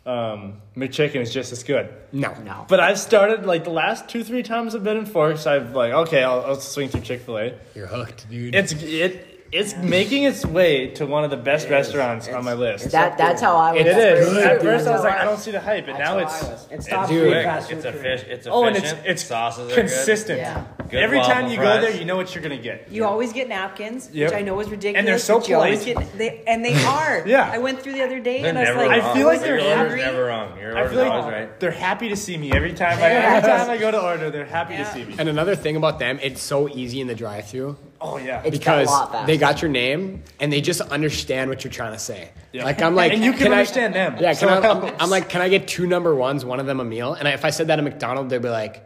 [SPEAKER 2] um, McChicken is just as good.
[SPEAKER 1] No.
[SPEAKER 5] No.
[SPEAKER 2] But I've started like the last two three times I've been in Forks, I've like okay, I'll, I'll swing through Chick Fil A.
[SPEAKER 1] You're hooked, dude.
[SPEAKER 2] It's it it's making its way to one of the best restaurants on my list.
[SPEAKER 5] That that's how I was.
[SPEAKER 2] It is.
[SPEAKER 1] good,
[SPEAKER 2] At
[SPEAKER 1] dude.
[SPEAKER 2] first, I was like, I don't see the hype, and now it's
[SPEAKER 3] It's top
[SPEAKER 1] Dude.
[SPEAKER 3] three
[SPEAKER 1] Quick,
[SPEAKER 3] fast
[SPEAKER 6] It's
[SPEAKER 3] food
[SPEAKER 6] a
[SPEAKER 3] chains.
[SPEAKER 6] fish. It's
[SPEAKER 2] oh, and
[SPEAKER 6] efficient.
[SPEAKER 2] it's it's
[SPEAKER 6] sauces are
[SPEAKER 2] consistent.
[SPEAKER 5] Yeah.
[SPEAKER 6] Good
[SPEAKER 2] Every time
[SPEAKER 6] waffle
[SPEAKER 2] you go
[SPEAKER 6] fries.
[SPEAKER 2] there, you know what you're gonna get.
[SPEAKER 4] You always get napkins,
[SPEAKER 2] Yep.
[SPEAKER 4] which I know is ridiculous.
[SPEAKER 2] And they're so
[SPEAKER 4] but you always
[SPEAKER 2] polite.
[SPEAKER 4] Get, they, and they are.
[SPEAKER 2] Yeah.
[SPEAKER 4] I went through the other day
[SPEAKER 6] They're
[SPEAKER 4] and I was
[SPEAKER 6] never
[SPEAKER 4] like,
[SPEAKER 6] wrong.
[SPEAKER 2] I feel like they're
[SPEAKER 6] Your order's
[SPEAKER 4] hungry.
[SPEAKER 6] never wrong. Your
[SPEAKER 2] I
[SPEAKER 6] order's
[SPEAKER 2] feel like
[SPEAKER 6] always right.
[SPEAKER 2] they're happy to see me every time. I, every time I go to order, they're happy to
[SPEAKER 4] Yeah.
[SPEAKER 2] see me.
[SPEAKER 1] And another thing about them, it's so easy in the drive-through
[SPEAKER 2] Oh yeah,
[SPEAKER 5] It's got a
[SPEAKER 1] because
[SPEAKER 5] lot faster.
[SPEAKER 1] they got your name and they just understand what you're trying to say.
[SPEAKER 2] Yeah.
[SPEAKER 1] Like I'm like,
[SPEAKER 2] And you can
[SPEAKER 1] I-
[SPEAKER 2] understand them.
[SPEAKER 1] Yeah, can I,
[SPEAKER 2] Someone
[SPEAKER 1] I'm,
[SPEAKER 2] else.
[SPEAKER 1] I'm like, can I get two number ones, one of them a meal? And I, if I said that at McDonald's, they'd be like,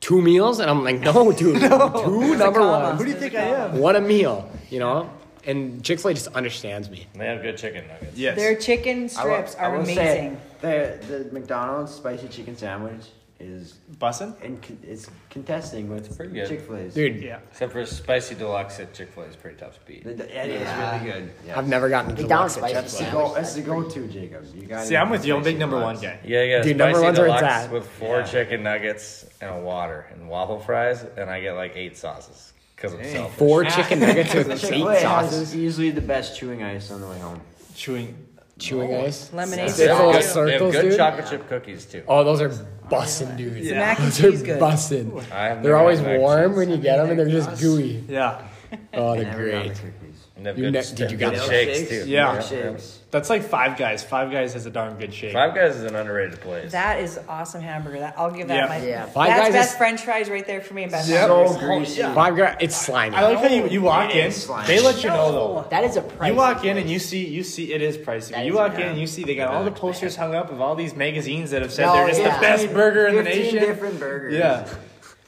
[SPEAKER 1] two meals, and I'm like, no, dude, two number ones,
[SPEAKER 2] who do you think I am?
[SPEAKER 1] one a meal, you know. And Chick Fil A just understands me.
[SPEAKER 6] They have good chicken nuggets.
[SPEAKER 2] Yes.
[SPEAKER 4] Their chicken
[SPEAKER 3] I will-
[SPEAKER 4] strips
[SPEAKER 3] I
[SPEAKER 4] are
[SPEAKER 3] will say
[SPEAKER 4] amazing.
[SPEAKER 3] The the McDonald's spicy chicken sandwich is
[SPEAKER 2] bussin.
[SPEAKER 3] and con- it's contesting with
[SPEAKER 6] pretty good.
[SPEAKER 3] Chick Fil A's.
[SPEAKER 1] Dude,
[SPEAKER 2] Yeah.
[SPEAKER 6] Except for spicy deluxe at Chick Fil A is pretty tough to beat.
[SPEAKER 3] It is really good. Yeah.
[SPEAKER 1] I've never gotten
[SPEAKER 5] McDonald's
[SPEAKER 1] deluxe at Chick Fil
[SPEAKER 5] spicy
[SPEAKER 1] A.
[SPEAKER 5] sandwich.
[SPEAKER 3] Go, that's the go-to, Jacob. You got
[SPEAKER 2] See, I'm with you. I'm big number one guy.
[SPEAKER 6] Yeah, yeah.
[SPEAKER 1] Dude,
[SPEAKER 6] Dude,
[SPEAKER 1] number
[SPEAKER 6] spicy
[SPEAKER 1] one's where it's
[SPEAKER 6] deluxe
[SPEAKER 1] at.
[SPEAKER 6] with four chicken nuggets and a water and waffle fries, and I get like eight sauces. Because I'm selfish.
[SPEAKER 1] Four chicken nuggets with
[SPEAKER 3] Chick-fil-A
[SPEAKER 1] eight sauces.
[SPEAKER 3] has easily the best chewing ice on the way home.
[SPEAKER 2] Chewing.
[SPEAKER 1] Chewing ice.
[SPEAKER 4] Lemonade.
[SPEAKER 1] They have
[SPEAKER 4] sauce.
[SPEAKER 1] all
[SPEAKER 6] good, they have
[SPEAKER 1] circles,
[SPEAKER 6] good
[SPEAKER 1] dude.
[SPEAKER 6] chocolate chip cookies too.
[SPEAKER 1] Oh, those are bussin', dude.
[SPEAKER 4] The Mac and
[SPEAKER 1] Those
[SPEAKER 4] cheese
[SPEAKER 1] are
[SPEAKER 4] good.
[SPEAKER 1] bussin'.
[SPEAKER 6] I have
[SPEAKER 1] They're
[SPEAKER 6] never
[SPEAKER 1] always
[SPEAKER 6] had mac and
[SPEAKER 1] warm
[SPEAKER 6] cheese.
[SPEAKER 1] when you get them, and they're just gooey.
[SPEAKER 2] Yeah.
[SPEAKER 1] Oh, they're
[SPEAKER 3] Never got the
[SPEAKER 1] great.
[SPEAKER 3] cookies.
[SPEAKER 6] And they have
[SPEAKER 1] You
[SPEAKER 6] good
[SPEAKER 1] ne-
[SPEAKER 6] st-
[SPEAKER 1] did you get
[SPEAKER 6] good
[SPEAKER 1] those?
[SPEAKER 6] shakes too?
[SPEAKER 2] Yeah.
[SPEAKER 3] Shakes.
[SPEAKER 2] That's like Five Guys. Five Guys has a darn good shake.
[SPEAKER 6] Five Guys is an underrated place.
[SPEAKER 4] That is awesome hamburger. That I'll give that
[SPEAKER 2] Yeah.
[SPEAKER 4] my
[SPEAKER 5] Yeah.
[SPEAKER 1] Five
[SPEAKER 4] that's
[SPEAKER 1] Guys
[SPEAKER 4] best
[SPEAKER 1] is-
[SPEAKER 4] French fries right there for me and best
[SPEAKER 3] So
[SPEAKER 4] hamburgers.
[SPEAKER 3] greasy.
[SPEAKER 1] Five Guys. It's slimy.
[SPEAKER 2] I like how you, you walk in.
[SPEAKER 3] slimy.
[SPEAKER 2] They let you know though.
[SPEAKER 5] That is a price.
[SPEAKER 2] You walk in and you see you see it is pricey. but
[SPEAKER 5] That
[SPEAKER 2] you
[SPEAKER 5] is-
[SPEAKER 2] walk in
[SPEAKER 5] yeah.
[SPEAKER 2] and you see they got all the posters hung up of all these magazines that have said
[SPEAKER 5] No,
[SPEAKER 2] they're just
[SPEAKER 5] yeah.
[SPEAKER 2] the best burger in the
[SPEAKER 3] 15
[SPEAKER 2] nation.
[SPEAKER 3] Oh, different burgers.
[SPEAKER 2] Yeah.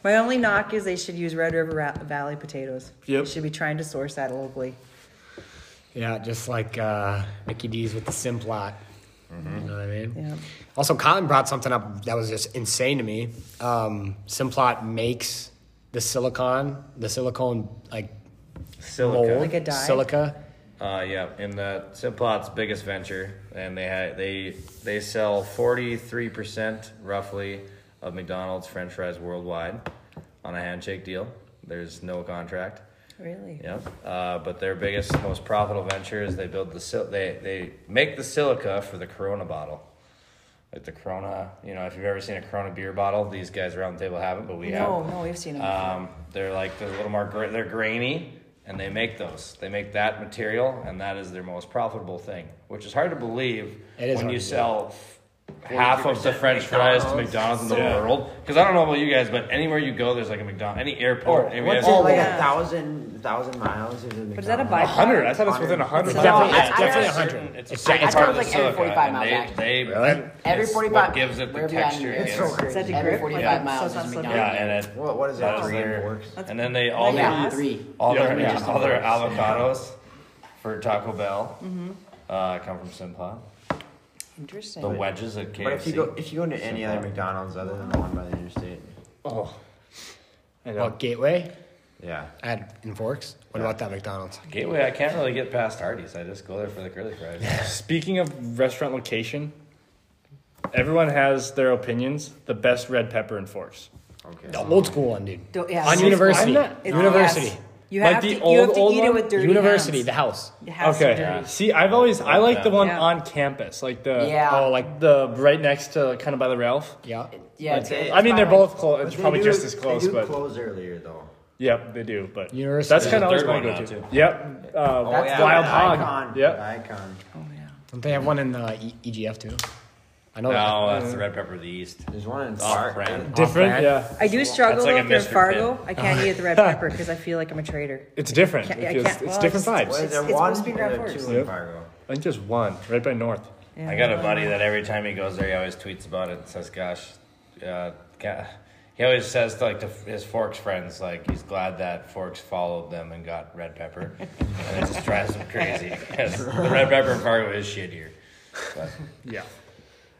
[SPEAKER 4] My only knock is they should use Red River Ra- Valley potatoes.
[SPEAKER 2] Yep.
[SPEAKER 4] They should be trying to source that locally.
[SPEAKER 1] Yeah, just like uh, Mickey D's with the simp lot. You know what I mean?
[SPEAKER 4] Yeah.
[SPEAKER 1] Also, Colin brought something up that was just insane to me. Um, Simplot makes the silicon, the silicone like
[SPEAKER 6] Silica.
[SPEAKER 1] mold,
[SPEAKER 4] Like a dye?
[SPEAKER 1] silica.
[SPEAKER 6] Uh, yeah, in the Simplot's biggest venture, and they ha- they they sell forty three percent roughly of McDonald's French fries worldwide on a handshake deal. There's no contract.
[SPEAKER 4] Really?
[SPEAKER 6] Yep. Uh, but their biggest, most profitable venture is they build the sil- they they make the silica for the Corona bottle. Like the Corona, you know, if you've ever seen a Corona beer bottle, these guys around the table haven't, but we have.
[SPEAKER 4] No, no, we've seen them.
[SPEAKER 6] Um, they're like they're a little more gra- they're grainy, and they make those. They make that material, and that is their most profitable thing, which is hard to believe
[SPEAKER 1] It is
[SPEAKER 6] when
[SPEAKER 1] hard
[SPEAKER 6] you
[SPEAKER 1] to
[SPEAKER 6] sell f- half of the French fries to McDonald's in the world. Because I don't know about you guys, but anywhere you go, there's like a McDonald's. Any airport, any-
[SPEAKER 3] Oh, What's
[SPEAKER 6] every-
[SPEAKER 3] it, like
[SPEAKER 4] yeah.
[SPEAKER 3] a thousand, thousand miles? Is it
[SPEAKER 4] But is that a
[SPEAKER 3] McDonald's?
[SPEAKER 4] byproduct?
[SPEAKER 2] Hundred. I thought it was within a hundred.
[SPEAKER 4] Oh,
[SPEAKER 1] It's definitely,
[SPEAKER 5] I-
[SPEAKER 1] it's
[SPEAKER 5] I-
[SPEAKER 1] definitely
[SPEAKER 5] I-
[SPEAKER 1] 100. It's,
[SPEAKER 6] It's
[SPEAKER 5] I
[SPEAKER 6] a part
[SPEAKER 5] thought
[SPEAKER 6] of
[SPEAKER 5] it
[SPEAKER 6] the
[SPEAKER 5] was like every
[SPEAKER 6] silica,
[SPEAKER 5] 45
[SPEAKER 6] and
[SPEAKER 5] mile
[SPEAKER 6] they,
[SPEAKER 5] back.
[SPEAKER 6] they
[SPEAKER 1] Really?
[SPEAKER 5] Every
[SPEAKER 6] it's
[SPEAKER 5] 45
[SPEAKER 6] what gives it the
[SPEAKER 5] wherever you're at in
[SPEAKER 6] texture.
[SPEAKER 5] Europe.
[SPEAKER 6] is.
[SPEAKER 3] So crazy.
[SPEAKER 4] Is that the
[SPEAKER 5] Every
[SPEAKER 4] grip?
[SPEAKER 5] 45
[SPEAKER 4] Like,
[SPEAKER 5] miles
[SPEAKER 4] so it's
[SPEAKER 5] is
[SPEAKER 4] not
[SPEAKER 6] yeah,
[SPEAKER 4] slippery?
[SPEAKER 6] and it
[SPEAKER 3] What, what is that?
[SPEAKER 6] that's
[SPEAKER 3] Three
[SPEAKER 6] weird.
[SPEAKER 3] works.
[SPEAKER 6] And then they all
[SPEAKER 4] Like
[SPEAKER 6] their
[SPEAKER 4] glass?
[SPEAKER 5] three.
[SPEAKER 6] all
[SPEAKER 2] Yeah,
[SPEAKER 6] their
[SPEAKER 2] yeah.
[SPEAKER 6] all their avocados for Taco Bell
[SPEAKER 4] Mm-hmm.
[SPEAKER 6] uh, come from Simplot.
[SPEAKER 4] Interesting.
[SPEAKER 6] The wedges at KFC.
[SPEAKER 3] But if you go, if you go into any other McDonald's other than the one by the interstate,
[SPEAKER 1] what, Gateway?
[SPEAKER 3] yeah.
[SPEAKER 1] I had in Forks. What about that McDonald's?
[SPEAKER 6] Gateway, I can't really get past Hardee's. I just go there for the curly fries.
[SPEAKER 2] Speaking of restaurant location, everyone has their opinions. The best red pepper and forks.
[SPEAKER 3] Okay.
[SPEAKER 1] The old school one, dude.
[SPEAKER 4] Don't- yeah,
[SPEAKER 1] On
[SPEAKER 4] it's-
[SPEAKER 1] University.
[SPEAKER 2] I'm not-
[SPEAKER 4] it's-
[SPEAKER 1] University.
[SPEAKER 4] yes. You
[SPEAKER 2] Like
[SPEAKER 4] have
[SPEAKER 2] the
[SPEAKER 4] to, you have
[SPEAKER 2] old,
[SPEAKER 4] to
[SPEAKER 2] old
[SPEAKER 4] eat it
[SPEAKER 2] one?
[SPEAKER 4] with dirty
[SPEAKER 1] University,
[SPEAKER 4] hands.
[SPEAKER 1] the house.
[SPEAKER 4] It has
[SPEAKER 2] okay.
[SPEAKER 4] To be dirty.
[SPEAKER 2] See, I've always I like the one
[SPEAKER 4] Yeah.
[SPEAKER 2] on campus, like the
[SPEAKER 5] Yeah.
[SPEAKER 1] Oh, like,
[SPEAKER 2] the right next to kind of by the Ralph.
[SPEAKER 1] yeah.
[SPEAKER 5] Yeah, it's, it's
[SPEAKER 2] I mean, they're
[SPEAKER 5] probably-
[SPEAKER 2] both close. It's
[SPEAKER 3] They
[SPEAKER 2] probably
[SPEAKER 3] do-
[SPEAKER 2] just as close,
[SPEAKER 3] They do
[SPEAKER 2] but
[SPEAKER 3] close earlier though.
[SPEAKER 2] yep, they do. But
[SPEAKER 1] University.
[SPEAKER 2] that's kind of
[SPEAKER 6] a
[SPEAKER 2] always
[SPEAKER 6] third
[SPEAKER 2] my
[SPEAKER 6] one now,
[SPEAKER 2] go-to.
[SPEAKER 6] too.
[SPEAKER 2] Yep, uh,
[SPEAKER 3] That's the
[SPEAKER 2] Wild Hog.
[SPEAKER 3] Oh, Icon.
[SPEAKER 2] Yep.
[SPEAKER 3] Icon.
[SPEAKER 4] Oh,
[SPEAKER 1] Don't they have one in uh, e- EGF too? I know that.
[SPEAKER 6] No, uh, that's the red pepper of the east.
[SPEAKER 3] There's one in
[SPEAKER 6] Oh,
[SPEAKER 3] Far-
[SPEAKER 6] friend.
[SPEAKER 2] Different,
[SPEAKER 1] Off-brand.
[SPEAKER 2] yeah.
[SPEAKER 4] I do struggle
[SPEAKER 6] like
[SPEAKER 4] though
[SPEAKER 6] a
[SPEAKER 4] if they're in
[SPEAKER 6] Mr.
[SPEAKER 4] Fargo. I can't eat the red pepper because I feel like I'm a traitor.
[SPEAKER 2] It's different.
[SPEAKER 4] Can't-
[SPEAKER 2] It
[SPEAKER 4] I
[SPEAKER 2] feels-
[SPEAKER 4] can't-
[SPEAKER 2] it's
[SPEAKER 4] well,
[SPEAKER 2] different
[SPEAKER 4] it's-
[SPEAKER 2] vibes.
[SPEAKER 3] What is there
[SPEAKER 4] It's- it's
[SPEAKER 3] one
[SPEAKER 4] supposed to be
[SPEAKER 3] or
[SPEAKER 4] Grand
[SPEAKER 3] there two
[SPEAKER 4] Forks.
[SPEAKER 3] in
[SPEAKER 2] Yep.
[SPEAKER 3] Fargo?
[SPEAKER 2] I think there's one right by North.
[SPEAKER 4] Yeah.
[SPEAKER 6] I got a buddy that every time he goes there, he always tweets about it and says, "Gosh, uh, ca- he always says to, like to f- his Forks friends, like he's glad that Forks followed them and got red pepper, and it just drives him crazy because the red pepper in Fargo is shittier. But
[SPEAKER 2] Yeah.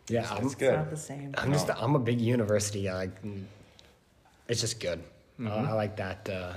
[SPEAKER 1] Yeah, I'm,
[SPEAKER 6] it's
[SPEAKER 4] It's not the
[SPEAKER 6] good.
[SPEAKER 4] same.
[SPEAKER 1] I'm just I'm a big university guy. Like, mm, it's just good. Uh, I like that. Uh,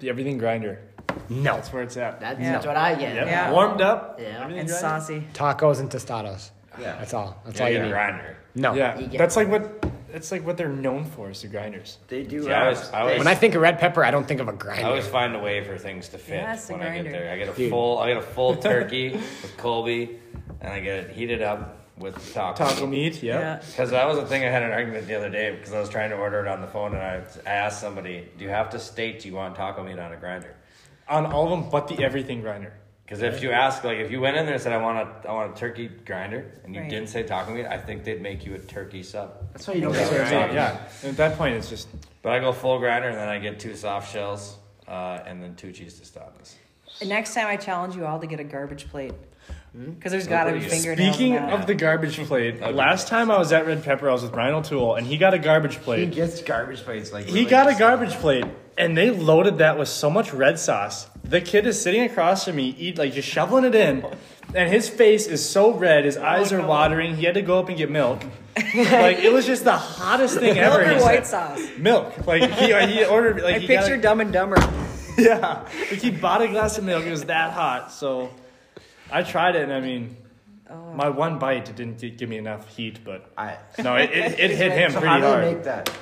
[SPEAKER 2] The everything grinder.
[SPEAKER 1] no
[SPEAKER 2] That's where it's at.
[SPEAKER 5] That's,
[SPEAKER 4] Yeah.
[SPEAKER 5] that's what I get.
[SPEAKER 2] Yep.
[SPEAKER 4] Yeah.
[SPEAKER 2] Warmed up.
[SPEAKER 5] Yeah.
[SPEAKER 4] And saucy.
[SPEAKER 1] tacos and tostados.
[SPEAKER 3] Yeah.
[SPEAKER 1] That's all. That's
[SPEAKER 6] Yeah,
[SPEAKER 1] all
[SPEAKER 6] you
[SPEAKER 1] you
[SPEAKER 6] get a
[SPEAKER 1] need.
[SPEAKER 6] grinder.
[SPEAKER 1] No.
[SPEAKER 2] Yeah.
[SPEAKER 5] You get
[SPEAKER 2] That's like what that's like what they're known for is the grinders.
[SPEAKER 3] They do.
[SPEAKER 6] Yeah, I
[SPEAKER 3] uh,
[SPEAKER 6] was- I was-
[SPEAKER 1] When I think of red pepper, I don't think of a
[SPEAKER 6] I
[SPEAKER 1] grinder.
[SPEAKER 6] always find a way for things to fit
[SPEAKER 4] Yes, the
[SPEAKER 6] when I get
[SPEAKER 4] grinder.
[SPEAKER 6] there. I get a
[SPEAKER 1] Dude.
[SPEAKER 6] full, I get a full turkey with Colby, and I get it heated up with taco.
[SPEAKER 2] Taco meat, yeah.
[SPEAKER 4] Yeah.
[SPEAKER 6] Because that was the thing I had an argument the other day because I was trying to order it on the phone and I, I asked somebody, "Do you have to state you want taco meat on a grinder?"
[SPEAKER 2] On all of them but the everything grinder.
[SPEAKER 6] Because if you ask, like, if you went in there and said, "I want a, I want a turkey grinder," and you
[SPEAKER 4] Right.
[SPEAKER 6] didn't say taco meat, I think they'd make you a turkey sub.
[SPEAKER 3] That's why you don't
[SPEAKER 2] That's
[SPEAKER 3] get
[SPEAKER 2] what I'm saying,
[SPEAKER 3] grinder.
[SPEAKER 2] yeah. And at that point it's just
[SPEAKER 6] But I go full grinder and then I get two soft shells uh, and then two cheese tostadas.
[SPEAKER 4] And next time I challenge you all to get a garbage plate. Because there's got to be
[SPEAKER 6] Nobody's-
[SPEAKER 4] fingernails.
[SPEAKER 2] Hmm? Speaking
[SPEAKER 4] in that.
[SPEAKER 2] of the garbage plate, last time I was at Red Pepper, I was with Ryan O'Toole, and he got a garbage
[SPEAKER 3] He
[SPEAKER 2] plate.
[SPEAKER 3] gets garbage plates like.
[SPEAKER 2] He got a garbage plate, and they loaded that with so much red sauce. The kid is sitting across from me, eat like just shoveling it in, and his face is so red,
[SPEAKER 4] Oh,
[SPEAKER 2] his eyes are watering. He had to go up and get milk. like it was just the hottest thing
[SPEAKER 4] Milk
[SPEAKER 2] ever.
[SPEAKER 4] or
[SPEAKER 2] He said-
[SPEAKER 4] white sauce.
[SPEAKER 2] Milk. Like he, he ordered. Like
[SPEAKER 4] I
[SPEAKER 2] he got
[SPEAKER 4] picture Dumb and Dumber.
[SPEAKER 2] a, yeah. Like he bought a glass of milk. It was that hot. So I tried it, and I mean.
[SPEAKER 4] Oh.
[SPEAKER 2] My one bite didn't gi- give me enough heat, but
[SPEAKER 3] I,
[SPEAKER 2] no, it, it, it hit him
[SPEAKER 3] so
[SPEAKER 2] pretty
[SPEAKER 3] how do
[SPEAKER 2] hard.
[SPEAKER 3] they make that?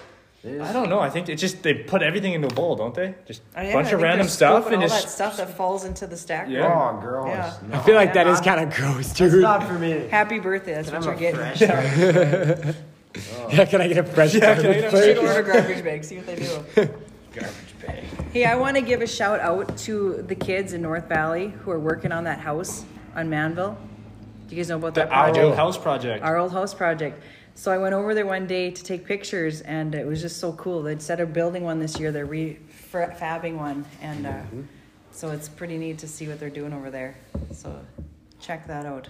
[SPEAKER 3] They just-
[SPEAKER 2] I don't know. I think it just they put everything into a bowl, don't they? Just a
[SPEAKER 4] I- Oh, yeah, I
[SPEAKER 2] bunch
[SPEAKER 4] think
[SPEAKER 2] of
[SPEAKER 4] they're
[SPEAKER 2] random stuff
[SPEAKER 4] scooping
[SPEAKER 2] and
[SPEAKER 4] all
[SPEAKER 2] just
[SPEAKER 4] that stuff that falls into the stack.
[SPEAKER 2] Yeah.
[SPEAKER 3] Oh, girls.
[SPEAKER 4] Yeah.
[SPEAKER 1] I
[SPEAKER 3] No.
[SPEAKER 1] feel like that
[SPEAKER 3] Yeah,
[SPEAKER 1] is
[SPEAKER 3] I'm-
[SPEAKER 1] kind of gross,
[SPEAKER 3] That's
[SPEAKER 1] dude.
[SPEAKER 3] not for me.
[SPEAKER 4] Happy birthday. That's
[SPEAKER 3] I'm
[SPEAKER 4] what
[SPEAKER 3] a
[SPEAKER 4] you're getting.
[SPEAKER 3] fresh guy.
[SPEAKER 1] Yeah, can I get a fresh yeah,
[SPEAKER 4] Straight order garbage bag. See what they do. garbage bag. Hey, I want to give a shout out to the kids in North Valley who are working on that house on Manville. Do you guys know about that?
[SPEAKER 2] the our
[SPEAKER 1] do.
[SPEAKER 2] old house project.
[SPEAKER 4] Our old house project. So I went over there one day to take pictures, and it was just so cool. They Instead of building one this year, they're refabbing one, and uh,
[SPEAKER 1] Mm-hmm.
[SPEAKER 4] so it's pretty neat to see what they're doing over there. So check that out.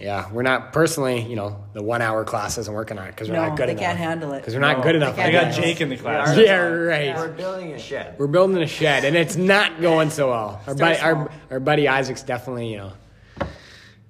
[SPEAKER 1] Yeah, we're not personally, you know, the one hour class isn't working on it because we're
[SPEAKER 4] no,
[SPEAKER 1] not good
[SPEAKER 4] they
[SPEAKER 1] enough.
[SPEAKER 4] can't handle it.
[SPEAKER 1] Because we're not good enough.
[SPEAKER 4] they
[SPEAKER 1] at
[SPEAKER 2] I got
[SPEAKER 1] that.
[SPEAKER 2] Jake in the class.
[SPEAKER 3] Yeah.
[SPEAKER 1] Yeah, right.
[SPEAKER 3] We're building a shed.
[SPEAKER 1] We're building a shed, and it's not going so well. Our buddy,
[SPEAKER 4] small.
[SPEAKER 1] our, our buddy Isaac's definitely, you know,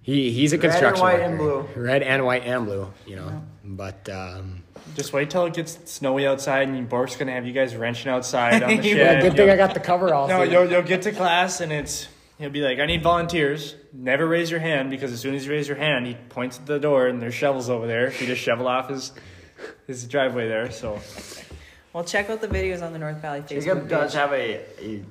[SPEAKER 1] he, he's a
[SPEAKER 3] and
[SPEAKER 1] construction
[SPEAKER 3] white and
[SPEAKER 1] worker. Red and white and blue, you know. But um,
[SPEAKER 2] Just wait till it gets snowy outside, and Bork's gonna have you guys wrenching outside on the shed.
[SPEAKER 1] yeah, good thing
[SPEAKER 2] You'll-
[SPEAKER 1] I got the cover all.
[SPEAKER 2] No, you'll, you'll get to class, and it's he'll be like, "I need volunteers." Never raise your hand because as soon as you raise your hand, he points at the door, and there's shovels over there. He just shovel off his his driveway there. So
[SPEAKER 4] Well, check out the videos on the North Valley Facebook
[SPEAKER 3] Jacob
[SPEAKER 4] page.
[SPEAKER 3] does have a, a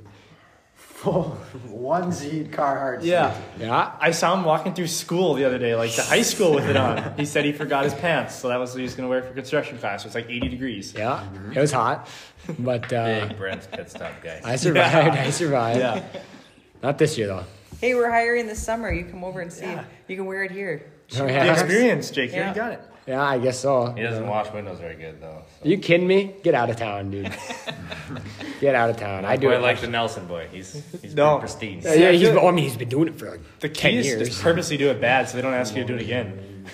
[SPEAKER 3] full onesie Carhartt. suit.
[SPEAKER 2] yeah,
[SPEAKER 1] yeah,
[SPEAKER 2] I saw him walking through school the other day, like to high school with it on. He said he forgot his pants, so that was what he was gonna wear for construction class. It was like 80 degrees.
[SPEAKER 1] yeah, it was hot, but uh,
[SPEAKER 6] Big Brent's pit stop guy.
[SPEAKER 1] I survived. I survived.
[SPEAKER 2] Yeah.
[SPEAKER 1] Not this year though.
[SPEAKER 4] Hey, we're hiring this summer. You come over and see. You can wear it here.
[SPEAKER 1] Oh,
[SPEAKER 2] The
[SPEAKER 1] yeah.
[SPEAKER 2] experience, Jake. Yeah.
[SPEAKER 4] Yeah.
[SPEAKER 2] You got it.
[SPEAKER 1] yeah, I guess so.
[SPEAKER 6] He doesn't wash windows very good though. So.
[SPEAKER 1] You kidding me? Get out of town, dude. Get out of town. I do
[SPEAKER 6] Boy,
[SPEAKER 1] it.
[SPEAKER 6] like the Nelson boy. He's he's
[SPEAKER 2] No.
[SPEAKER 6] pretty pristine.
[SPEAKER 1] yeah, yeah, he's. I mean, he's been doing it for like
[SPEAKER 2] The key
[SPEAKER 1] ten
[SPEAKER 2] is
[SPEAKER 1] years.
[SPEAKER 2] just purposely do it bad so they don't ask you to do it again.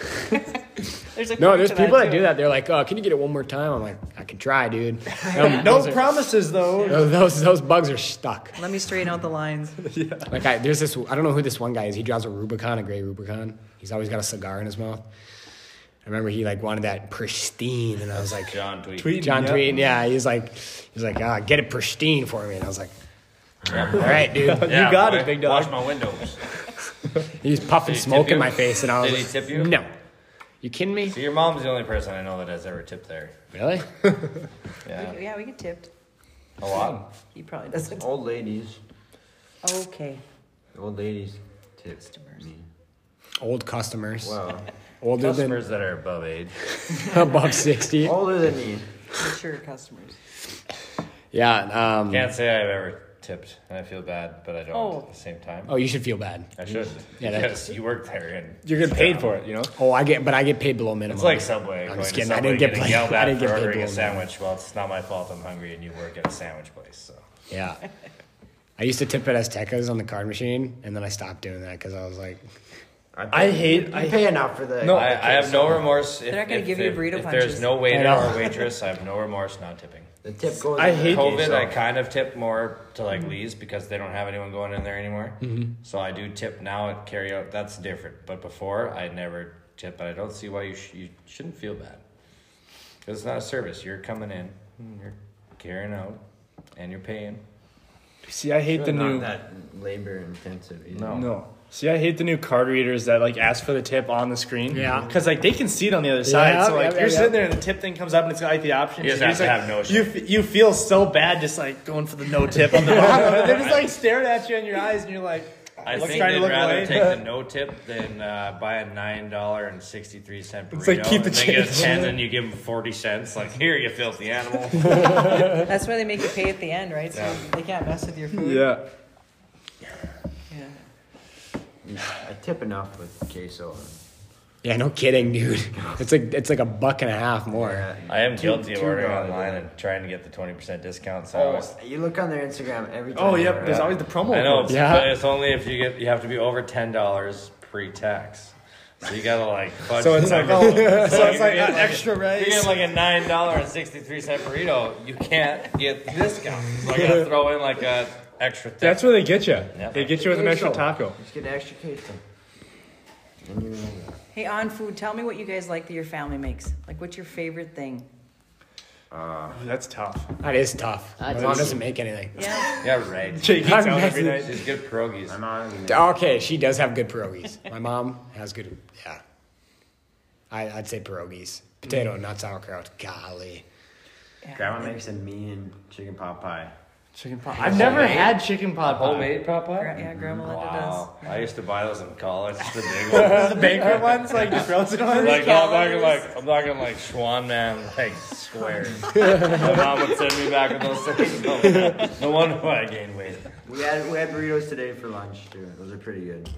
[SPEAKER 4] There's a
[SPEAKER 1] No,
[SPEAKER 4] code
[SPEAKER 1] there's
[SPEAKER 4] to
[SPEAKER 1] people that,
[SPEAKER 4] too.
[SPEAKER 1] do that. They're like, "Oh, can you get it one more time?" I'm like, "I can try, dude." Um,
[SPEAKER 2] No
[SPEAKER 1] those are-
[SPEAKER 2] promises though.
[SPEAKER 1] Those, those those bugs are stuck.
[SPEAKER 4] Let me straighten out the lines.
[SPEAKER 1] Like, I, there's this. I don't know who this one guy is. He drives a Rubicon, a gray Rubicon. He's always got a cigar in his mouth. I remember he like wanted that pristine, and I was like,
[SPEAKER 6] John Tweet.
[SPEAKER 2] Tweet.
[SPEAKER 1] John
[SPEAKER 2] Yeah.
[SPEAKER 1] Tweet, yeah. He's like, he's like, ah, get it pristine for me, and I was like, all right, dude.
[SPEAKER 6] Yeah,
[SPEAKER 2] you got
[SPEAKER 6] boy.
[SPEAKER 2] it, big dog.
[SPEAKER 6] Wash my windows.
[SPEAKER 1] He's puffing
[SPEAKER 6] Did he
[SPEAKER 1] smoke
[SPEAKER 6] tip
[SPEAKER 1] in my
[SPEAKER 6] you?
[SPEAKER 1] face, and I was
[SPEAKER 6] Did he
[SPEAKER 1] like,
[SPEAKER 6] tip you?
[SPEAKER 1] No, you kidding me?
[SPEAKER 6] So your mom's the only person I know that has ever tipped there.
[SPEAKER 1] Really?
[SPEAKER 6] Yeah,
[SPEAKER 4] Yeah, we get tipped.
[SPEAKER 1] Hmm.
[SPEAKER 6] a lot.
[SPEAKER 4] He probably doesn't.
[SPEAKER 3] Old ladies.
[SPEAKER 4] Okay.
[SPEAKER 3] Old ladies. Tips. Me.
[SPEAKER 1] Old customers,
[SPEAKER 3] Wow.
[SPEAKER 1] older
[SPEAKER 6] Customers that are above age.
[SPEAKER 1] than above sixty.
[SPEAKER 6] Oh.
[SPEAKER 3] Older than me.
[SPEAKER 4] Mature customers.
[SPEAKER 1] Yeah. Um,
[SPEAKER 6] Can't say I've ever tipped, and I feel bad, but I don't
[SPEAKER 4] Oh.
[SPEAKER 6] at the same time.
[SPEAKER 1] Oh, you should feel bad.
[SPEAKER 6] I should.
[SPEAKER 1] Yeah, that-
[SPEAKER 6] because you work there, and
[SPEAKER 2] You're getting paid for it, you know?
[SPEAKER 1] Oh, I get, but I get paid below minimum.
[SPEAKER 6] It's like Subway.
[SPEAKER 1] I'm
[SPEAKER 6] going
[SPEAKER 1] just
[SPEAKER 6] to
[SPEAKER 1] kidding. I
[SPEAKER 6] Subway,
[SPEAKER 1] didn't get
[SPEAKER 6] getting
[SPEAKER 1] paid.
[SPEAKER 6] yelled
[SPEAKER 1] I
[SPEAKER 6] at
[SPEAKER 1] didn't
[SPEAKER 6] for
[SPEAKER 1] get paid
[SPEAKER 6] ordering
[SPEAKER 1] below
[SPEAKER 6] a
[SPEAKER 1] minimum.
[SPEAKER 6] sandwich. Well, it's not my fault. I'm hungry, and you work at a sandwich place. So
[SPEAKER 1] Yeah. I used to tip at Aztecas on the card machine, and then I stopped doing that because I was like,
[SPEAKER 2] I hate.
[SPEAKER 3] I
[SPEAKER 2] I
[SPEAKER 3] pay enough for the.
[SPEAKER 2] No,
[SPEAKER 6] I, I have no remorse. If,
[SPEAKER 4] They're not gonna
[SPEAKER 6] if
[SPEAKER 4] give you
[SPEAKER 6] there-
[SPEAKER 4] burrito
[SPEAKER 6] If
[SPEAKER 4] punches.
[SPEAKER 6] there's no waiter
[SPEAKER 1] I know.
[SPEAKER 6] or waitress, I have no remorse not tipping.
[SPEAKER 3] the tip goes.
[SPEAKER 2] I
[SPEAKER 3] in
[SPEAKER 2] hate-
[SPEAKER 3] there.
[SPEAKER 6] COVID,
[SPEAKER 3] So-
[SPEAKER 6] I kind of tip more to like Lee's because they don't have anyone going in there anymore. So I do tip now at carryout. That's different. But before, I never tip. But I don't see why you sh- you shouldn't feel bad. 'Cause it's not a service. You're coming in, you're carrying out, and you're paying.
[SPEAKER 2] see. I hate the
[SPEAKER 3] Not
[SPEAKER 2] new.
[SPEAKER 3] that labor intensive. either.
[SPEAKER 2] No. See, I hate the new card readers that like ask for the tip on the screen.
[SPEAKER 1] Yeah.
[SPEAKER 2] Because like they can see it on the other side.
[SPEAKER 1] Yeah,
[SPEAKER 2] so like
[SPEAKER 1] yeah,
[SPEAKER 2] you're
[SPEAKER 1] yeah,
[SPEAKER 2] sitting there and the tip thing comes up and it's got like the options.
[SPEAKER 6] You just
[SPEAKER 2] and
[SPEAKER 6] have
[SPEAKER 2] you're like,
[SPEAKER 6] to have no
[SPEAKER 2] You f- you feel so bad just like going for the no tip on the bottom. They're just like staring at you in your eyes and you're like.
[SPEAKER 6] I
[SPEAKER 2] Look-
[SPEAKER 6] think
[SPEAKER 2] trying to
[SPEAKER 6] they'd
[SPEAKER 2] look
[SPEAKER 6] rather
[SPEAKER 2] away.
[SPEAKER 6] take the no tip than uh, buy a nine dollar and sixty three cent burrito.
[SPEAKER 2] It's like, keep the
[SPEAKER 6] and They get a
[SPEAKER 2] change.
[SPEAKER 6] ten, and you give them forty cents. Like here, you filthy animal.
[SPEAKER 4] That's why they make you pay at the end, right? So
[SPEAKER 6] Yeah.
[SPEAKER 4] they can't mess with your food.
[SPEAKER 2] Yeah.
[SPEAKER 4] Yeah.
[SPEAKER 3] I tip enough with queso.
[SPEAKER 1] yeah, no kidding, dude. It's like it's like a buck and a half more.
[SPEAKER 3] Yeah.
[SPEAKER 6] I am guilty of
[SPEAKER 3] two
[SPEAKER 6] ordering
[SPEAKER 3] dollars.
[SPEAKER 6] online and trying to get the twenty percent discount. So I
[SPEAKER 3] Oh,
[SPEAKER 6] always
[SPEAKER 3] you look on their Instagram every time.
[SPEAKER 2] Oh yep. There's always the promo.
[SPEAKER 6] I know,
[SPEAKER 2] codes.
[SPEAKER 1] Yeah.
[SPEAKER 6] but it's only if you get you have to be over ten dollars pre tax. So you gotta like fudge
[SPEAKER 2] So it's
[SPEAKER 6] the
[SPEAKER 2] like,
[SPEAKER 6] numbers.
[SPEAKER 2] oh, so it's like
[SPEAKER 6] you're
[SPEAKER 2] uh, extra
[SPEAKER 6] If you
[SPEAKER 2] rice.
[SPEAKER 6] get like a nine dollar and sixty three cent burrito, you can't get the discount. So I gotta throw in like a extra. Tip.
[SPEAKER 2] That's where they get you.
[SPEAKER 6] Yep.
[SPEAKER 2] They get you with an extra
[SPEAKER 3] Queso.
[SPEAKER 2] taco.
[SPEAKER 3] Just get an extra queso.
[SPEAKER 4] Hey, on food, tell me what you guys like that your family makes. Like, what's your favorite thing?
[SPEAKER 2] Oh, That's tough.
[SPEAKER 1] That is tough. My
[SPEAKER 5] That's
[SPEAKER 1] mom
[SPEAKER 5] easy.
[SPEAKER 1] doesn't make anything.
[SPEAKER 4] Yeah.
[SPEAKER 6] yeah, right.
[SPEAKER 2] Jake eats
[SPEAKER 1] I'm
[SPEAKER 2] out every
[SPEAKER 1] messing-
[SPEAKER 2] night.
[SPEAKER 6] She's good pierogies.
[SPEAKER 3] I'm on.
[SPEAKER 1] Okay, she does have good pierogies. My mom has good. Yeah,
[SPEAKER 6] Mm.
[SPEAKER 1] I, I'd say pierogies, potato, not sauerkraut. Golly,
[SPEAKER 3] Grandma makes a mean chicken pot pie.
[SPEAKER 2] Chicken pot. I've never had chicken pot pie.
[SPEAKER 6] Homemade pot pie?
[SPEAKER 4] Gra- yeah, Grandma Linda
[SPEAKER 6] Wow. I used to buy those in college. Just the big ones.
[SPEAKER 2] The banquet ones, like the frozen ones.
[SPEAKER 6] Like no, I'm talking like I'm talking like Schwan man like squares. My mom would send me back with those things. No, wonder- no wonder why I gained weight.
[SPEAKER 3] We had we had burritos today for lunch too. Those are pretty good.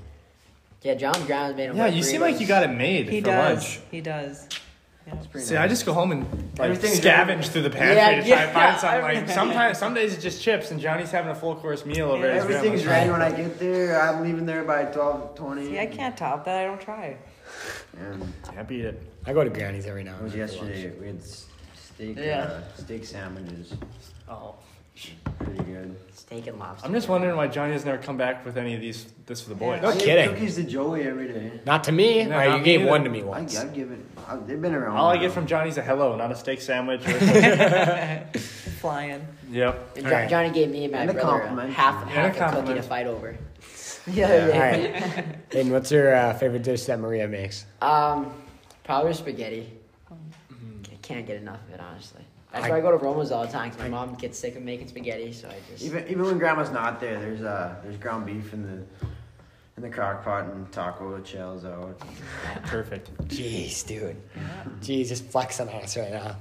[SPEAKER 5] Yeah, John's grandma's made him.
[SPEAKER 2] yeah, you seem like you got it made
[SPEAKER 4] He
[SPEAKER 2] for
[SPEAKER 4] does.
[SPEAKER 2] lunch.
[SPEAKER 4] He does.
[SPEAKER 2] See, I just go home and like,
[SPEAKER 3] Everything's
[SPEAKER 2] scavenge through the pantry
[SPEAKER 5] Yeah,
[SPEAKER 2] to
[SPEAKER 5] yeah,
[SPEAKER 2] try and find something. Like sometimes, some days it's just chips, and Johnny's having a full course meal over at his
[SPEAKER 3] Everything's
[SPEAKER 2] grandma's.
[SPEAKER 3] ready when I get there. I'm leaving there by twelve twenty.
[SPEAKER 4] See, I can't top that. I don't try.
[SPEAKER 2] Happy to.
[SPEAKER 1] I go to Granny's every now
[SPEAKER 3] It
[SPEAKER 1] and
[SPEAKER 3] was
[SPEAKER 1] then. for lunch.
[SPEAKER 3] yesterday. We had s- steak.
[SPEAKER 5] Yeah.
[SPEAKER 3] Uh, steak sandwiches.
[SPEAKER 2] Oh,
[SPEAKER 3] Pretty good.
[SPEAKER 5] steak and lobster.
[SPEAKER 2] I'm just wondering why Johnny has never come back with any of these. This for the boys.
[SPEAKER 1] No
[SPEAKER 3] I give
[SPEAKER 1] kidding.
[SPEAKER 3] Cookies to Joey every day.
[SPEAKER 1] Not to me.
[SPEAKER 2] No,
[SPEAKER 1] Or
[SPEAKER 2] not
[SPEAKER 1] you
[SPEAKER 2] me
[SPEAKER 1] gave
[SPEAKER 2] either.
[SPEAKER 1] one to me
[SPEAKER 3] I,
[SPEAKER 1] once.
[SPEAKER 3] I give it. I, they've been around.
[SPEAKER 2] All I
[SPEAKER 3] now.
[SPEAKER 2] get from Johnny's a hello, not a steak sandwich. Or something.
[SPEAKER 4] Flying.
[SPEAKER 2] yep.
[SPEAKER 5] And
[SPEAKER 1] All
[SPEAKER 5] Jo-
[SPEAKER 1] right.
[SPEAKER 5] Johnny gave me and my
[SPEAKER 3] And a
[SPEAKER 5] brother a
[SPEAKER 3] compliment.
[SPEAKER 5] half,
[SPEAKER 2] a
[SPEAKER 5] half a cookie to
[SPEAKER 2] compliment.
[SPEAKER 5] fight over.
[SPEAKER 1] All right. Hayden, what's your uh, favorite dish that Maria makes?
[SPEAKER 5] Um, probably spaghetti. I can't get enough of it, honestly. That's
[SPEAKER 1] I-
[SPEAKER 5] why I go to Roma's all the time because my mom gets sick of making spaghetti, so I just.
[SPEAKER 3] Even even when grandma's not there, there's uh there's ground beef in the in the crock pot and taco shells out.
[SPEAKER 2] Perfect.
[SPEAKER 1] Jeez, dude. Jeez, just flexing on us right now.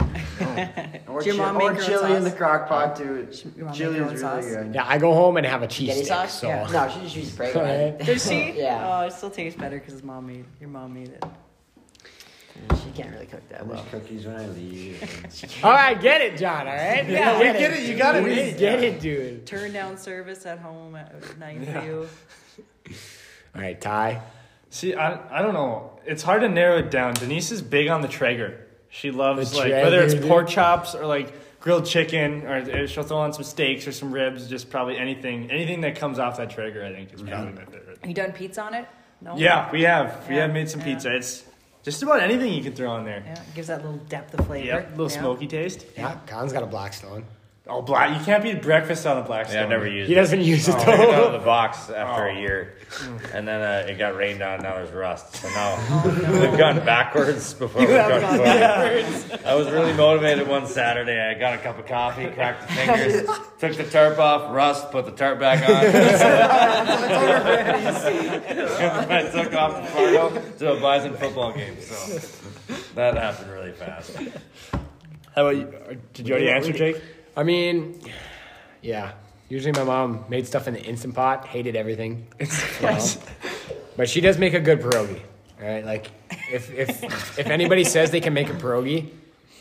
[SPEAKER 3] Or,
[SPEAKER 4] Does your
[SPEAKER 3] chi-
[SPEAKER 4] mom
[SPEAKER 3] or
[SPEAKER 4] make her own
[SPEAKER 3] chili in the
[SPEAKER 4] sauce?
[SPEAKER 3] crock pot too.
[SPEAKER 4] your mom
[SPEAKER 3] chili
[SPEAKER 4] make her
[SPEAKER 3] is
[SPEAKER 4] own sauce?
[SPEAKER 3] really good.
[SPEAKER 1] Yeah, I go home and have a cheese
[SPEAKER 5] spaghetti
[SPEAKER 1] stick.
[SPEAKER 5] sauce?
[SPEAKER 1] So
[SPEAKER 5] Yeah. No, she just uses regular.
[SPEAKER 1] Alright.
[SPEAKER 4] Does she?
[SPEAKER 5] Yeah.
[SPEAKER 4] Oh, it still tastes better because his mom made your mom made it.
[SPEAKER 5] She can't really cook that
[SPEAKER 3] And
[SPEAKER 5] well.
[SPEAKER 3] there's cookies when I leave.
[SPEAKER 1] all right, get it, John. All right.
[SPEAKER 4] Yeah,
[SPEAKER 1] we
[SPEAKER 2] Get it? You got it.
[SPEAKER 1] We
[SPEAKER 2] made.
[SPEAKER 1] get it, dude.
[SPEAKER 4] Turn down service at home at night for you.
[SPEAKER 1] All right, Ty.
[SPEAKER 2] See, I, I don't know. It's hard to narrow it down. Denise is big on the Traeger. She loves
[SPEAKER 1] The
[SPEAKER 2] like whether it's
[SPEAKER 1] Traeger,
[SPEAKER 2] pork
[SPEAKER 1] dude.
[SPEAKER 2] chops or like grilled chicken, or uh, she'll throw on some steaks or some ribs. Just probably anything, anything that comes off that Traeger. I think is probably my favorite.
[SPEAKER 4] You done pizza on it? No.
[SPEAKER 2] Yeah, we have. We
[SPEAKER 4] Yeah,
[SPEAKER 2] have made some
[SPEAKER 4] yeah.
[SPEAKER 2] pizza. It's just about anything you can throw on there.
[SPEAKER 4] Yeah, it gives that little depth of flavor.
[SPEAKER 2] Yep, a little
[SPEAKER 4] Yeah.
[SPEAKER 2] smoky taste.
[SPEAKER 1] Yeah, Colin's got a Blackstone.
[SPEAKER 2] Oh, black! You can't beat breakfast on a black
[SPEAKER 6] Yeah, I
[SPEAKER 2] stone.
[SPEAKER 6] never used
[SPEAKER 1] He
[SPEAKER 6] it.
[SPEAKER 1] doesn't use it
[SPEAKER 6] Took
[SPEAKER 1] though.
[SPEAKER 6] it out of the box after
[SPEAKER 2] Oh.
[SPEAKER 6] a year, and then uh, it got rained on. Now there's rust. So now we've gone backwards before we've gone forward. I was really motivated one Saturday. I got a cup of coffee, cracked the fingers, took the tarp off, rust, put the tarp back on. I took off the Fargo to a Bison football game. So that happened really fast.
[SPEAKER 2] How about you? Did you already answer, Jake?
[SPEAKER 1] I mean, yeah. Usually my mom made stuff in the instant pot, hated everything. you know? But she does make a good pierogi. All right, like if if if anybody says they can make a pierogi,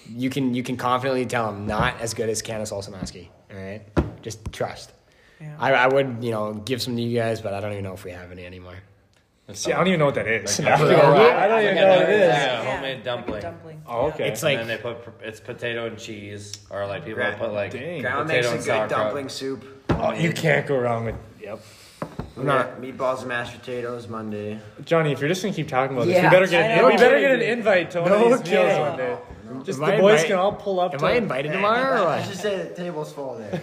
[SPEAKER 1] you can you can confidently tell them not as good as Candace Olsonowski. All right, just trust.
[SPEAKER 4] Yeah.
[SPEAKER 1] I, I would you know give some to you guys, but I don't even know if we have any anymore.
[SPEAKER 2] See, I don't even know what that is.
[SPEAKER 1] Pierogi?
[SPEAKER 2] I don't even
[SPEAKER 6] Yeah,
[SPEAKER 2] know
[SPEAKER 6] there
[SPEAKER 2] what it
[SPEAKER 6] is.
[SPEAKER 2] is.
[SPEAKER 6] Yeah,
[SPEAKER 4] Yeah,
[SPEAKER 6] homemade
[SPEAKER 4] like a
[SPEAKER 6] dumpling.
[SPEAKER 4] dumpling.
[SPEAKER 2] Oh, okay.
[SPEAKER 1] It's like
[SPEAKER 6] and then they put it's potato and cheese, or like people
[SPEAKER 3] Right.
[SPEAKER 6] put like
[SPEAKER 2] Dang.
[SPEAKER 3] Grandma makes
[SPEAKER 6] potato
[SPEAKER 3] a
[SPEAKER 6] and
[SPEAKER 3] good
[SPEAKER 6] sauerkraut.
[SPEAKER 3] dumpling soup.
[SPEAKER 2] Oh, you can't go wrong with. Yep.
[SPEAKER 3] We got meatballs and mashed potatoes Monday.
[SPEAKER 2] Johnny, if you're just gonna keep talking about
[SPEAKER 5] Yeah,
[SPEAKER 2] this, we better get
[SPEAKER 4] I
[SPEAKER 2] an,
[SPEAKER 4] know.
[SPEAKER 2] we better get an invite to one
[SPEAKER 1] No
[SPEAKER 2] of these meals
[SPEAKER 1] kidding.
[SPEAKER 2] one day. Just
[SPEAKER 1] Am
[SPEAKER 2] the
[SPEAKER 1] I
[SPEAKER 2] boys
[SPEAKER 1] invite-
[SPEAKER 2] can all pull up.
[SPEAKER 1] am
[SPEAKER 2] to
[SPEAKER 1] I invited tomorrow or
[SPEAKER 3] I
[SPEAKER 1] what?
[SPEAKER 3] should say the table's full there.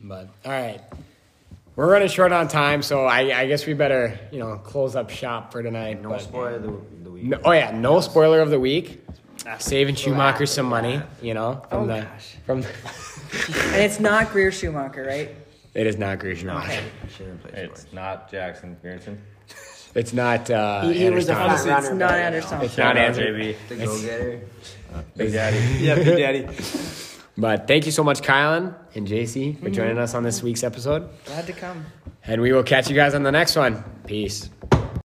[SPEAKER 1] But all right, we're running short on time, so I, I guess we better you know close up shop for tonight.
[SPEAKER 3] No
[SPEAKER 1] but-
[SPEAKER 3] spoiler of the, the week.
[SPEAKER 1] No, oh yeah, no spoiler of the week. Saving Schumacher some money, you know, from the from. The,
[SPEAKER 4] And it's not Greer Schumacher, right?
[SPEAKER 1] it is not Greer Schumacher.
[SPEAKER 3] Should have played sports.
[SPEAKER 6] It's not Jackson Pearson.
[SPEAKER 1] It's not uh,
[SPEAKER 5] He, he was a
[SPEAKER 1] Anderson.
[SPEAKER 2] Honestly,
[SPEAKER 5] front runner.
[SPEAKER 4] It's
[SPEAKER 5] but,
[SPEAKER 4] not Anderson.
[SPEAKER 5] you know,
[SPEAKER 1] It's
[SPEAKER 6] Shout
[SPEAKER 1] not
[SPEAKER 6] out,
[SPEAKER 1] Andrew.
[SPEAKER 6] JB.
[SPEAKER 3] The go getter.
[SPEAKER 6] Big Daddy.
[SPEAKER 2] Yeah, Big Daddy.
[SPEAKER 1] But thank you so much, Kylan and JC, for joining us on this week's episode,
[SPEAKER 4] Glad to come.
[SPEAKER 1] and we will catch you guys on the next one. Peace.